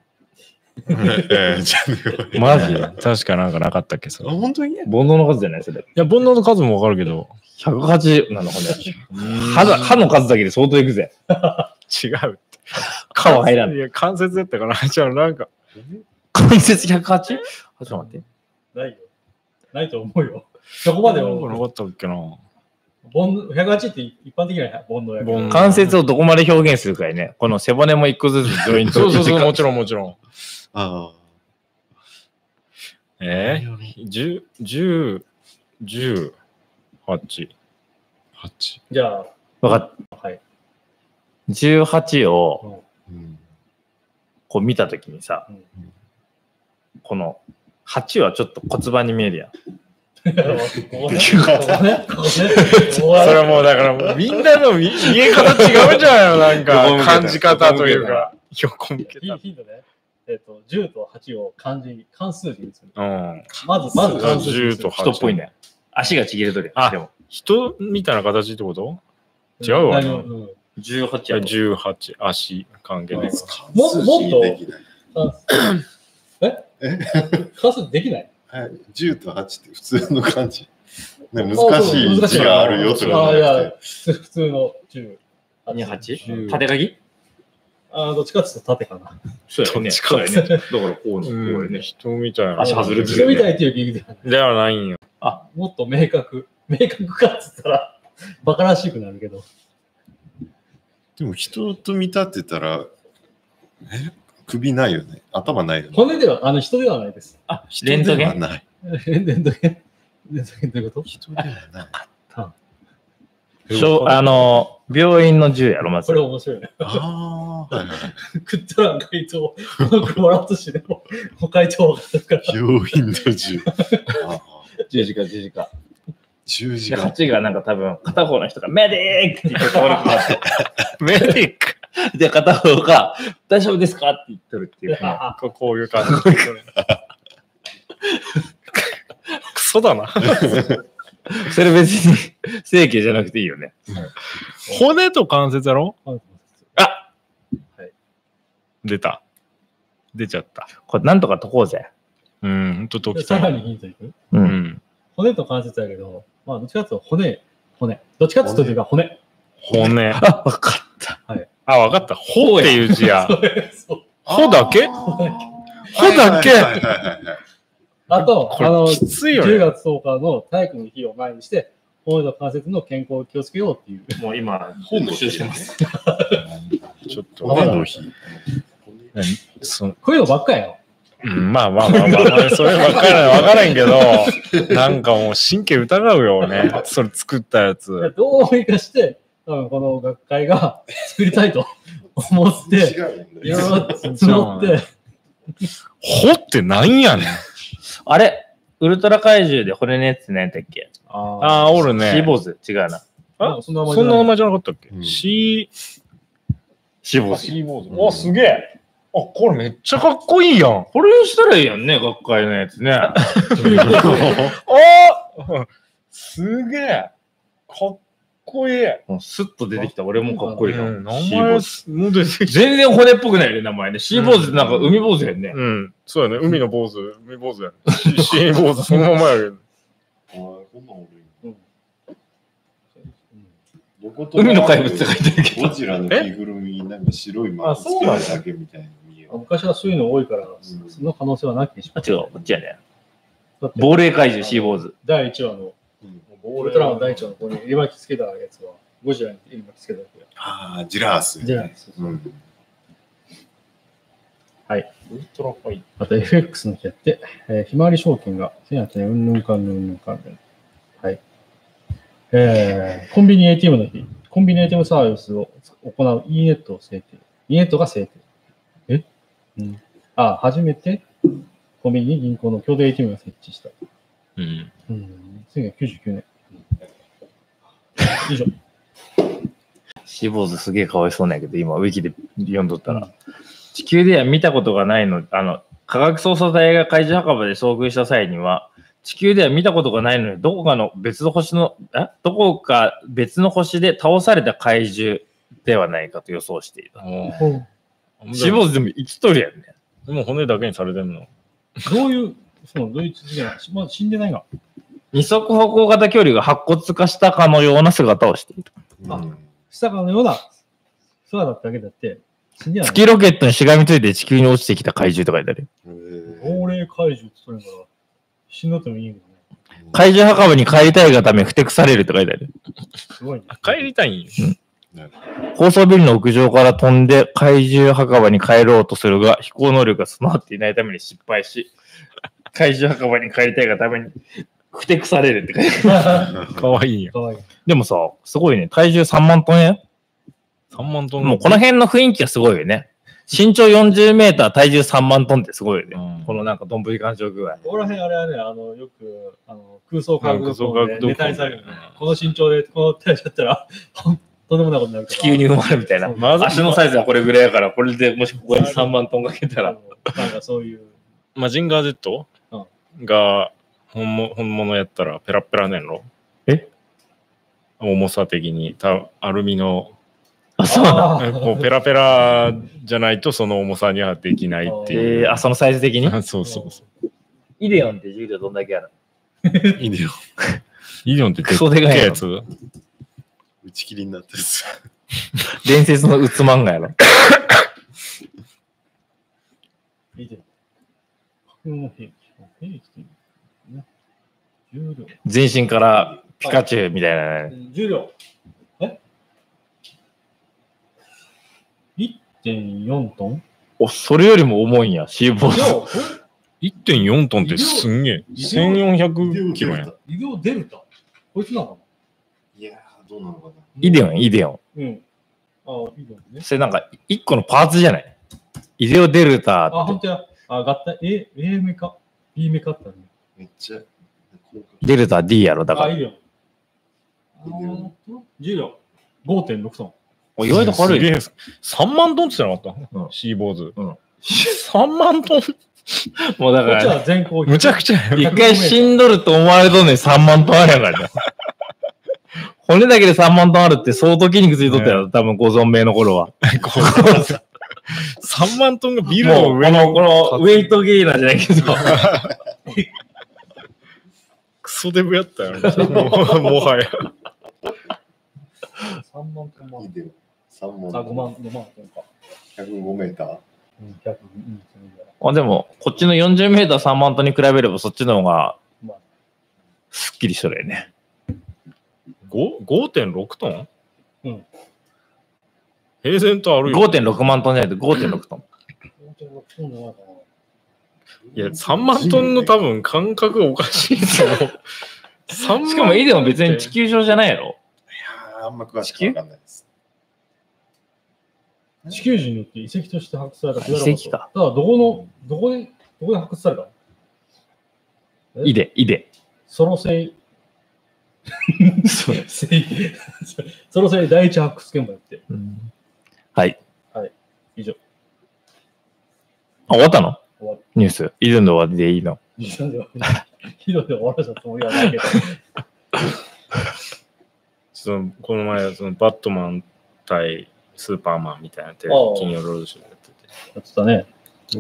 えーじゃあね
マジで
確かなんかなかったっけ、そ
あ
れ。い
本当に
煩悩の数じゃないそれ。
や、煩悩の数もわかるけど。
180なの、骨。歯だ歯の数だけで相当いくぜ。
違う。
歯は入らん。
いや、関節だったから、 じゃあなんか、
関節 108? あちょっと待って。
ないよ。ないと思うよ。そこまで
なんかなか
は。
ったっけな。
煩悩108って一般的な煩悩やけど
煩悩
関節をどこまで表現するかいね。この背骨も一個ずつジョイン
そ
ト
うそうそう、 も
一
ちろんもちろん。
あ
えー、10、10、10、8。
あ、8。
じゃあ、
か わかっ
はい。
18を
うん。
こう見たときにさ、
うん
この8はちょっと骨盤に見えるやん。
ここねここねここねここ
それ
は
はもうだから、みんなの見見え方違うじゃないの、
横
な
向
んか、
けた
感じ方というか。横向け
ヒ
た。
ヒントね。えっ、と、10と8を漢字に、漢数字にする。
うん。
まず、まず漢数字に
10
す
と
る。
人
8。
っぽいね。足がちぎれとるや
あ
ん。でも
人みたいな形ってこと違うわ
大丈夫うん
18やろ
?18、足、関係ないか。
ももっと
できない
漢数え漢数字できない
はい、10と8って普通の漢字。ね、難しい
難し
字
い
があるよとかじゃ
あい
な
や
くて。
普通普通の10。
に
10
8? 縦書き
あーどっちかっていうと縦かな。
そう
やね
そうやね。だからこうの、こう
う
や
ん、
ね。
人みたいな。
足外れてる
人みたいっていう理由ではない。
ではないんよ。
もっと明確。明確かっつったら、バカらしくなるけど。
でも人と見立てたら、え首ないよね。頭ないよね。
骨では、あの人ではないです。
あ、
人
レントゲ
では
ン
ない。
レントゲン。レントゲンどういうこと
人ではない。
小あの、病院の銃やろ、まず
これ。面白いね。
ああ、はいはい。
食ったらん回答、この子笑ったしでも、もう回答分かったから。
病院の10。あー
十字架、十字架。
十字
で、
架。
8がなんか多分、片方の人が、メディックって言って倒れてな
メディック。
って、 で、片方が、大丈夫ですかって言ってるっていう。
あ
ここういう感じ。クソだな。
それ別に整形じゃなくていいよね。
骨と関節だろ
はい
出た。出ちゃった。
これなんとか解こうぜ。
うん、ほんと解
で
きた
さ
い。
らにヒントいく
う。
うんん。
骨と関節だけど、まあ、どっちかっていうと骨、骨。どっちかっていうとというか骨。
骨。
あ、わかった。
あ、わかった。ほっていう字や。
そう
ほだけ
ほ
だけ
はいはいはいはい
あと、
こ
あの、
れきついよ
10
ね。
月10日の体育の日を前にして、骨と関節の健康を気をつけようっていう。
もう今、
本の日してます。
ちょっと。
骨の日。
そ
こういうのばっかやよ。
うんまあまあまあまあまあ、それわからん、わからんけど、なんかもう神経疑うよね。それ作ったやつ。
どうにかして、多分この学会が作りたいと思って、
違うもん
い
ね
ろいろ募って、
ほってなんやねん。
あれウルトラ怪獣で骨のやつなんだっけ
あ
ああ、おる
シー
ね。
ボーズ違うな。
あ、そんな名前じゃ
そ
ない
んな名前じゃなかったっけ、
うん
シ
シーボ
ー、
ーズ。
シーボ
ズ
ー
わす
げえ。あ、これめっちゃかっこいいやん。あ
これをしたらいいやんね、学会のやつね。
あすげえ。かっこいい。
もうスッと出てきた俺もかっこいいな。
うん名
シーボ
前
ーズ
も出てきた。
全然骨っぽくないよね、名前ね。シーボーズってなんか海坊主やんね。
うん、そうだね。海の坊主、海坊主やね。シシー ボーズそのままやけど。
こんなんおるんや
うん
どことなく
海の怪物って書いてるけど。
ゴジラの着ぐるみになんか白いマークつけるだけみたいな見える
あ。昔はそういうの多いから、
ん
その可能性はなきにし
あ
ま、
違う、こっちやね。
だって
亡霊怪獣、シーボーズ。
第1話の、
うん
ウルトラマン第1話のここに入れ巻きつけたやつは、ゴジラに入れ巻きつけたやつや。
ああ、ジラース。
じゃないです。
うん。
ウルトラファイ
また FX の日やって、えーひまわり証券が1800円、うんぬんかんぬんうんぬんかんぬん。はい。えーコンビニ ATM の日、コンビニ ATM サービスを行う e ネットを制定。e ネットが制定。えうん。あ、初めてコンビニに銀行の共同 ATM が設置した。
うん。
うん、1999年。以上。
シーボーズすげえかわいそうなんやけど、今、ウィキで読んどったら。地球では見たことがないの、あの、科学捜査隊が怪獣墓場で遭遇した際には、地球では見たことがないのに、どこかの別の星の、えどこか別の星で倒された怪獣ではないかと予想していた。
ト。
ど
シーボーズでも生きとるやんね。
でも骨だけにされてんの。
ういう、その、どういう事件まあ、死んでないが。
二足歩行型距離が白骨化したかのような姿をしている。
あ
うん
したかのような空だっただけだって、死んでない。
月ロケットにしがみついて地球に落ちてきた怪獣とか書いてあるよ。
へー
亡霊怪獣ってそれから、死んだってもいいもんね。
怪獣墓場に帰りたいがため、ふてくされるとか書いてある。
すごいね。
帰りたいんよ
高層ビルの屋上から飛んで怪獣墓場に帰ろうとするが、飛行能力が備わっていないために失敗し、怪獣墓場に帰りたいがために、ふてくされるって書いてある。
かわいいんや。
かわいい。
でもさ、すごいね。体重3万トンや。
3万トン
もうこの辺の雰囲気がすごいよね。身長40メーター、体重3万トンってすごいよね。
うん
このなんかどんぶり感情具合。
ここら辺あれはね、あの、よく、あの、空想科学
空想
道
科
具
学
でネタにされるのね。この身長で、この手だったら、 ほんとんでもないことになるから。
地球に生まれみたいな。
まず
足のサイズはこれぐらいやから、これでもしここに3万トンかけた
あ
ら。
のなんかそういう、
マジンガー Z? が本物本物やったらペラッペラねんろ。
え
重さ的にたアルミの
あ、そうなんだ。
あ
えこうペラペラじゃないとその重さにはできないっていう。
えー、あ、そのサイズ的に
そうそうそう。
イデオンって重量どんだけある
いいねよ。
イデオンってで
クソでかいの
っけえやつ
打ち切りになったやつ。
伝説のうつ漫画やろ。
見て。もう兵器。兵器っていうね。重量。
全身からピカチュウみたいな、ね。
重量。え ?1.4 トン
お、それよりも重いんや、シーボーズ。
1.4トンってすんげえ。1400キロやん。
医療デルタこいつなのか
いやー、どうなのか
イデオン、イデオン。
なうん。ああ、医療ね。
それなんか、一個のパーツじゃないイデオデルタ
あ、
っ
本
て、
当や。あ、合体、A、A メか B メかってあるね。
な。めっちゃ。
デルタ D やろ、だか
あ、
ら。
医療。あー重量。5.6トン。
お意外と軽い
す
ね。
げえ3万トンって言ってなかった、
うん
シーボーズ。
うん
3万トン
もうだ
こ
か
っち
ら、
は全コーヒー。
むちゃくちゃや
い
一回死んどると思われとんねん3万トンあるやからね。骨だけで3万トンあるって相当筋肉ついとったやろ、多分ご存命の頃は。
3万トンがビル
も
の
う、
上
こ
の
の、この、ウェイトゲイナーじゃないけど、
クソデブやったよ、ね。もはや。
3万とも。
3問
あ、5万、5万とか。
105メーター。
うん、100、うん、そのぐらい
あでも、こっちの40メーター3万トンに比べれば、そっちの方が
まあ、
すっきりしとるよね。
ご5.6トン
うん。
平然とあるよ。
5.6万トンじゃないと5.6トン。
本当にそうじゃないかな。
いや、3万トンの多分感覚がおかしいと思う。3万
しかも、イデも別に地球上じゃないやろ。
いやーあんま詳しくわかんないです。
地球人によって遺跡として発掘された
あ遺跡か
ただ、どこの、どこで、どこで発掘されたの
イデ、イデ。
ソロセイ、
そう
セイ、ソロセイ第一発掘現場やって。
うんはい。
はい。以上。
あ、終わったの
終わる
ニュース。イデの終わりでいいの。
時間では、ひどいで終わらせたつもりはないけど。
そのこの前、そのバットマン対スーパーマンみたいなテレ
ああ
ビ、金曜ロードショーでやってて。
やってたね。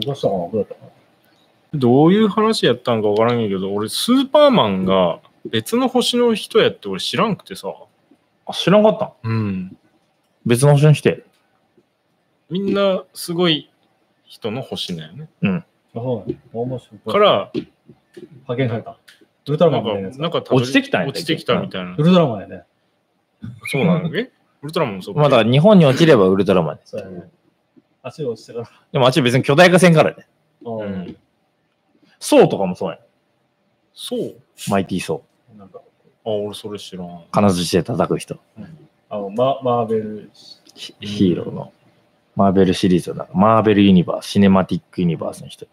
動かしたかなどうだったかな
どういう話やったんかわからんけど、俺、スーパーマンが別の星の人やって俺知らんくてさ。
あ、知らんかったん
うん。
別の星にして。
みんなすごい人の星だよね。
あ、そうね。面白い。
か、ら、
派遣された。ウルトラ
な
マ
ん
ンみたい
か
なや、つ
なん
か。
かたどり
落ちてきたんやったっけ
落ちてきたみたいな
ウ。ルトラマンやね。
そうな のえウルトラマンもそう
まあだから日本に落ちればウルトラマンです。
そうやね。足を落ちてから。
でもあっち別に巨大化せんからね。
う
うんん。
そうとかもそうやん。
そう
マイティーソ
なんか、
あ、俺それ知らん
ー。。金槌で叩く人。
あの、ママーベル、
ヒヒーローの。マーベルシリーズの中、マーベルユニバース、シネマティックユニバースの人。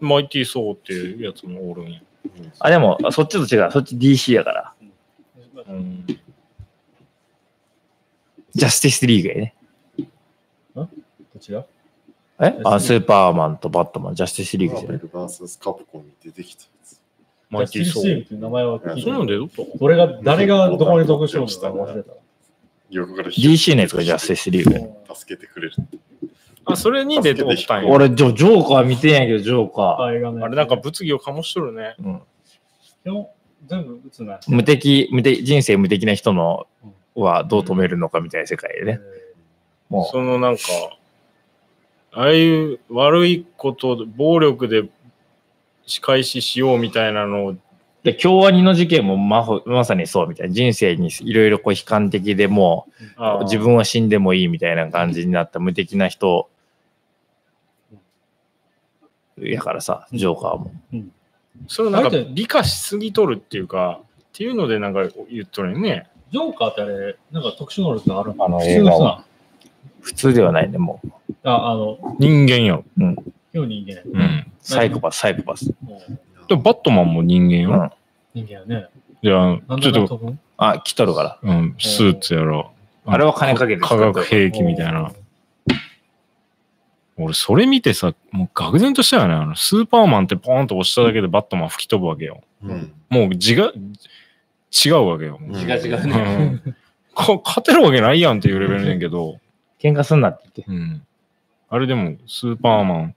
マイティー・ソーっていうやつもおるんや。
あ、でも、そっちと違う。そっち DC やから。
うん。
ジャスティスリーグやね。
こちら
えあ、スーパーマンとバットマン、ジャスティスリーグ
マ
じ
ー
ゃな
ベ
い。
ル VS カプコンに出てきたやつ。
マイティー・
ジャ
ソ
スティスリー
ー
グ。っていう名前は聞い
そ
て
う
な
ないんだよ。どっか
どれが、誰がどこに属してるのか忘れた。
横から火
DC のやつがジャスティスリーグやね。
助けてくれる。
あ、それに出ておったんや。
俺、ジョジョーカー見てんやけど、ジョーカ
あれがね。
あれなんか、物議を醸しとるね。
ー。うん
基本全部打つな。
無敵、無敵、人生無敵な人のはどう止めるのかみたいな世界でね。もう、
そのなんか、ああいう悪いこと、暴力で仕返ししようみたいなのを、
で、京アニの事件もまほまさにそうみたいな。人生にいろいろこう悲観的でも
あ
う、自分は死んでもいいみたいな感じになった無敵な人、やからさ、ジョーカーも。
それをなんか
あれって
美化しすぎとるっていうか、っていうのでなんか言っとるよね。
ジョーカーってあれ、なんか特殊能力があるの
あの
普通の人な
普通ではないね、もう。
のあ、あの、
人間やろ。
今日人間。
うん。
サイコパス、サイコパス。
もう
でもバットマンも人間よ。
うん
人間やね。
じゃあ
なん、
ち
で
ょっ
なん
と、
飛ぶん
あ、来とるから。
うん、スーツやろ。
あれは金かけて
化学兵器みたいな。。俺、それ見てさ、もう愕然としたよね。あの、スーパーマンってポーンと押しただけでバットマン吹き飛ぶわけよ。
うん。
もう字が、違うわけよ。
違
違う違う
う。んか勝てるわけないやんっていうレベルねんけど、
喧嘩すんなって言って。
うん。あれでも、スーパーマン、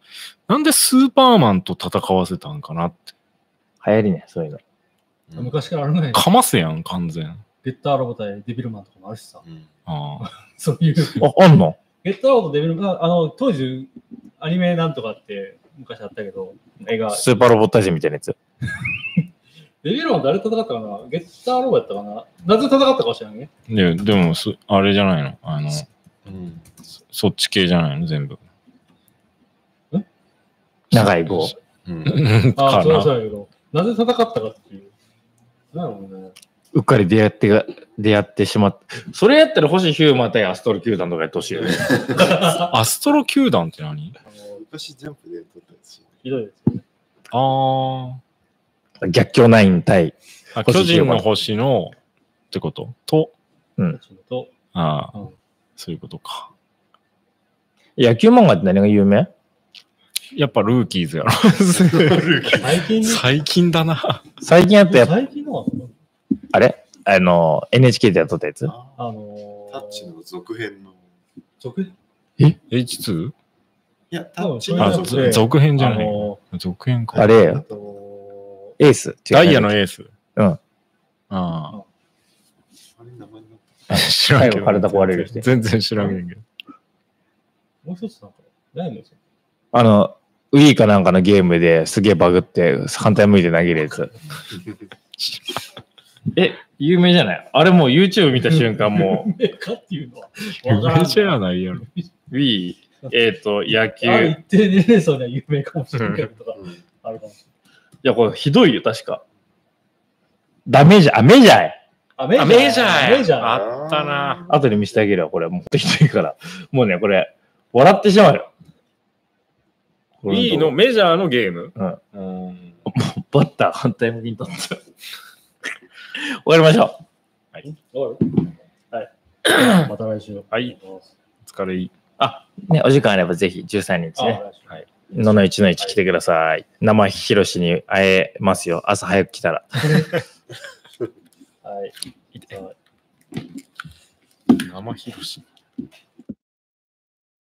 なんでスーパーマンと戦わせたんかなって。
流行りね、そういうの。
昔からあるね。
かますやん、完全。
ゲッターロボ対デビルマンとかもあるしさ。
うん
ああ。
そういう。
あ、あんの
ゲッターロボとデビルマン、あの、当時、アニメなんとかって昔あったけど、映画。
スーパーロボット大戦みたいなやつ。
デビルマン誰と戦ったかなゲッターロボやったかななぜ戦ったかは知らんね。
で、でもす、あれじゃないのあの、
うん。
そそっち系じゃないの全部。
ん
長い 棒。
うん。
うん
あ
か
あ、そう
な
だそうだけど、なぜ戦ったかっていう。なんやろうね。
うっかり出会ってが、出会ってしまった。それやったら星ヒューマン対アストロ球団とかやってほしい よね。
アストロ球団って何
あの
昔ジャンプで撮ったやつ。
ひどいですよね。
あ
逆境ナイン対。
ーあ。
星
巨人の星の、ってことと、
ちょっと、
ああ、
うん
そういうことか。
野球漫画って何が有名
やっぱルーキ ーズやろ。
ルーキー
最近 ね
最近だな。
最近やったやっぱ、
最近のは、
あれあの、NHK でやっとったやつ
あのー、
タッチの続編の。
続編
H2?
いや、タッチ
あ
あ、
の続
そう
ず
編。
続編じゃ
あ
ない。
の
続編か。
あれ
ー、あ
よ、
と
エース。違う
ダイヤのエース。
うん
ああ。
あれ名前になっ
知らんけ
最
ど。
後体壊れるして
全然知らんけど。
もう一つなんか、何のやつ
あの、ウィーかなんかのゲームですげえバグって反対向いて投げるやつ。え、有名じゃないあれもう YouTube 見た瞬間も
夢かっていうのは、わからん
夢じゃないやろ。
う Wii、えっ、 と、野球。
あ、
い
一定でね、それは有名かもしれないけど、
た。うん
あるかもしれ
や、これひどいよ、確か。ダメじゃん、あ、メジャーや。
ない。あ、メジャーや。メジャーや。
あったな。
後で見せてあげるわ、これ。持ってきてるから。もうね、これ、笑ってしまうよ。これ
B のメジャーのゲーム
うん
うん。
バッター反対向きに立った。終わりましょう。
おい はい。また来週。
はい。お疲れ。
ね、お時間あればぜひ13日
あ、
ね、
来週。
のの1の1来てください。生ひろしに会えますよ。朝早く来たら。
はい。
生ひろし。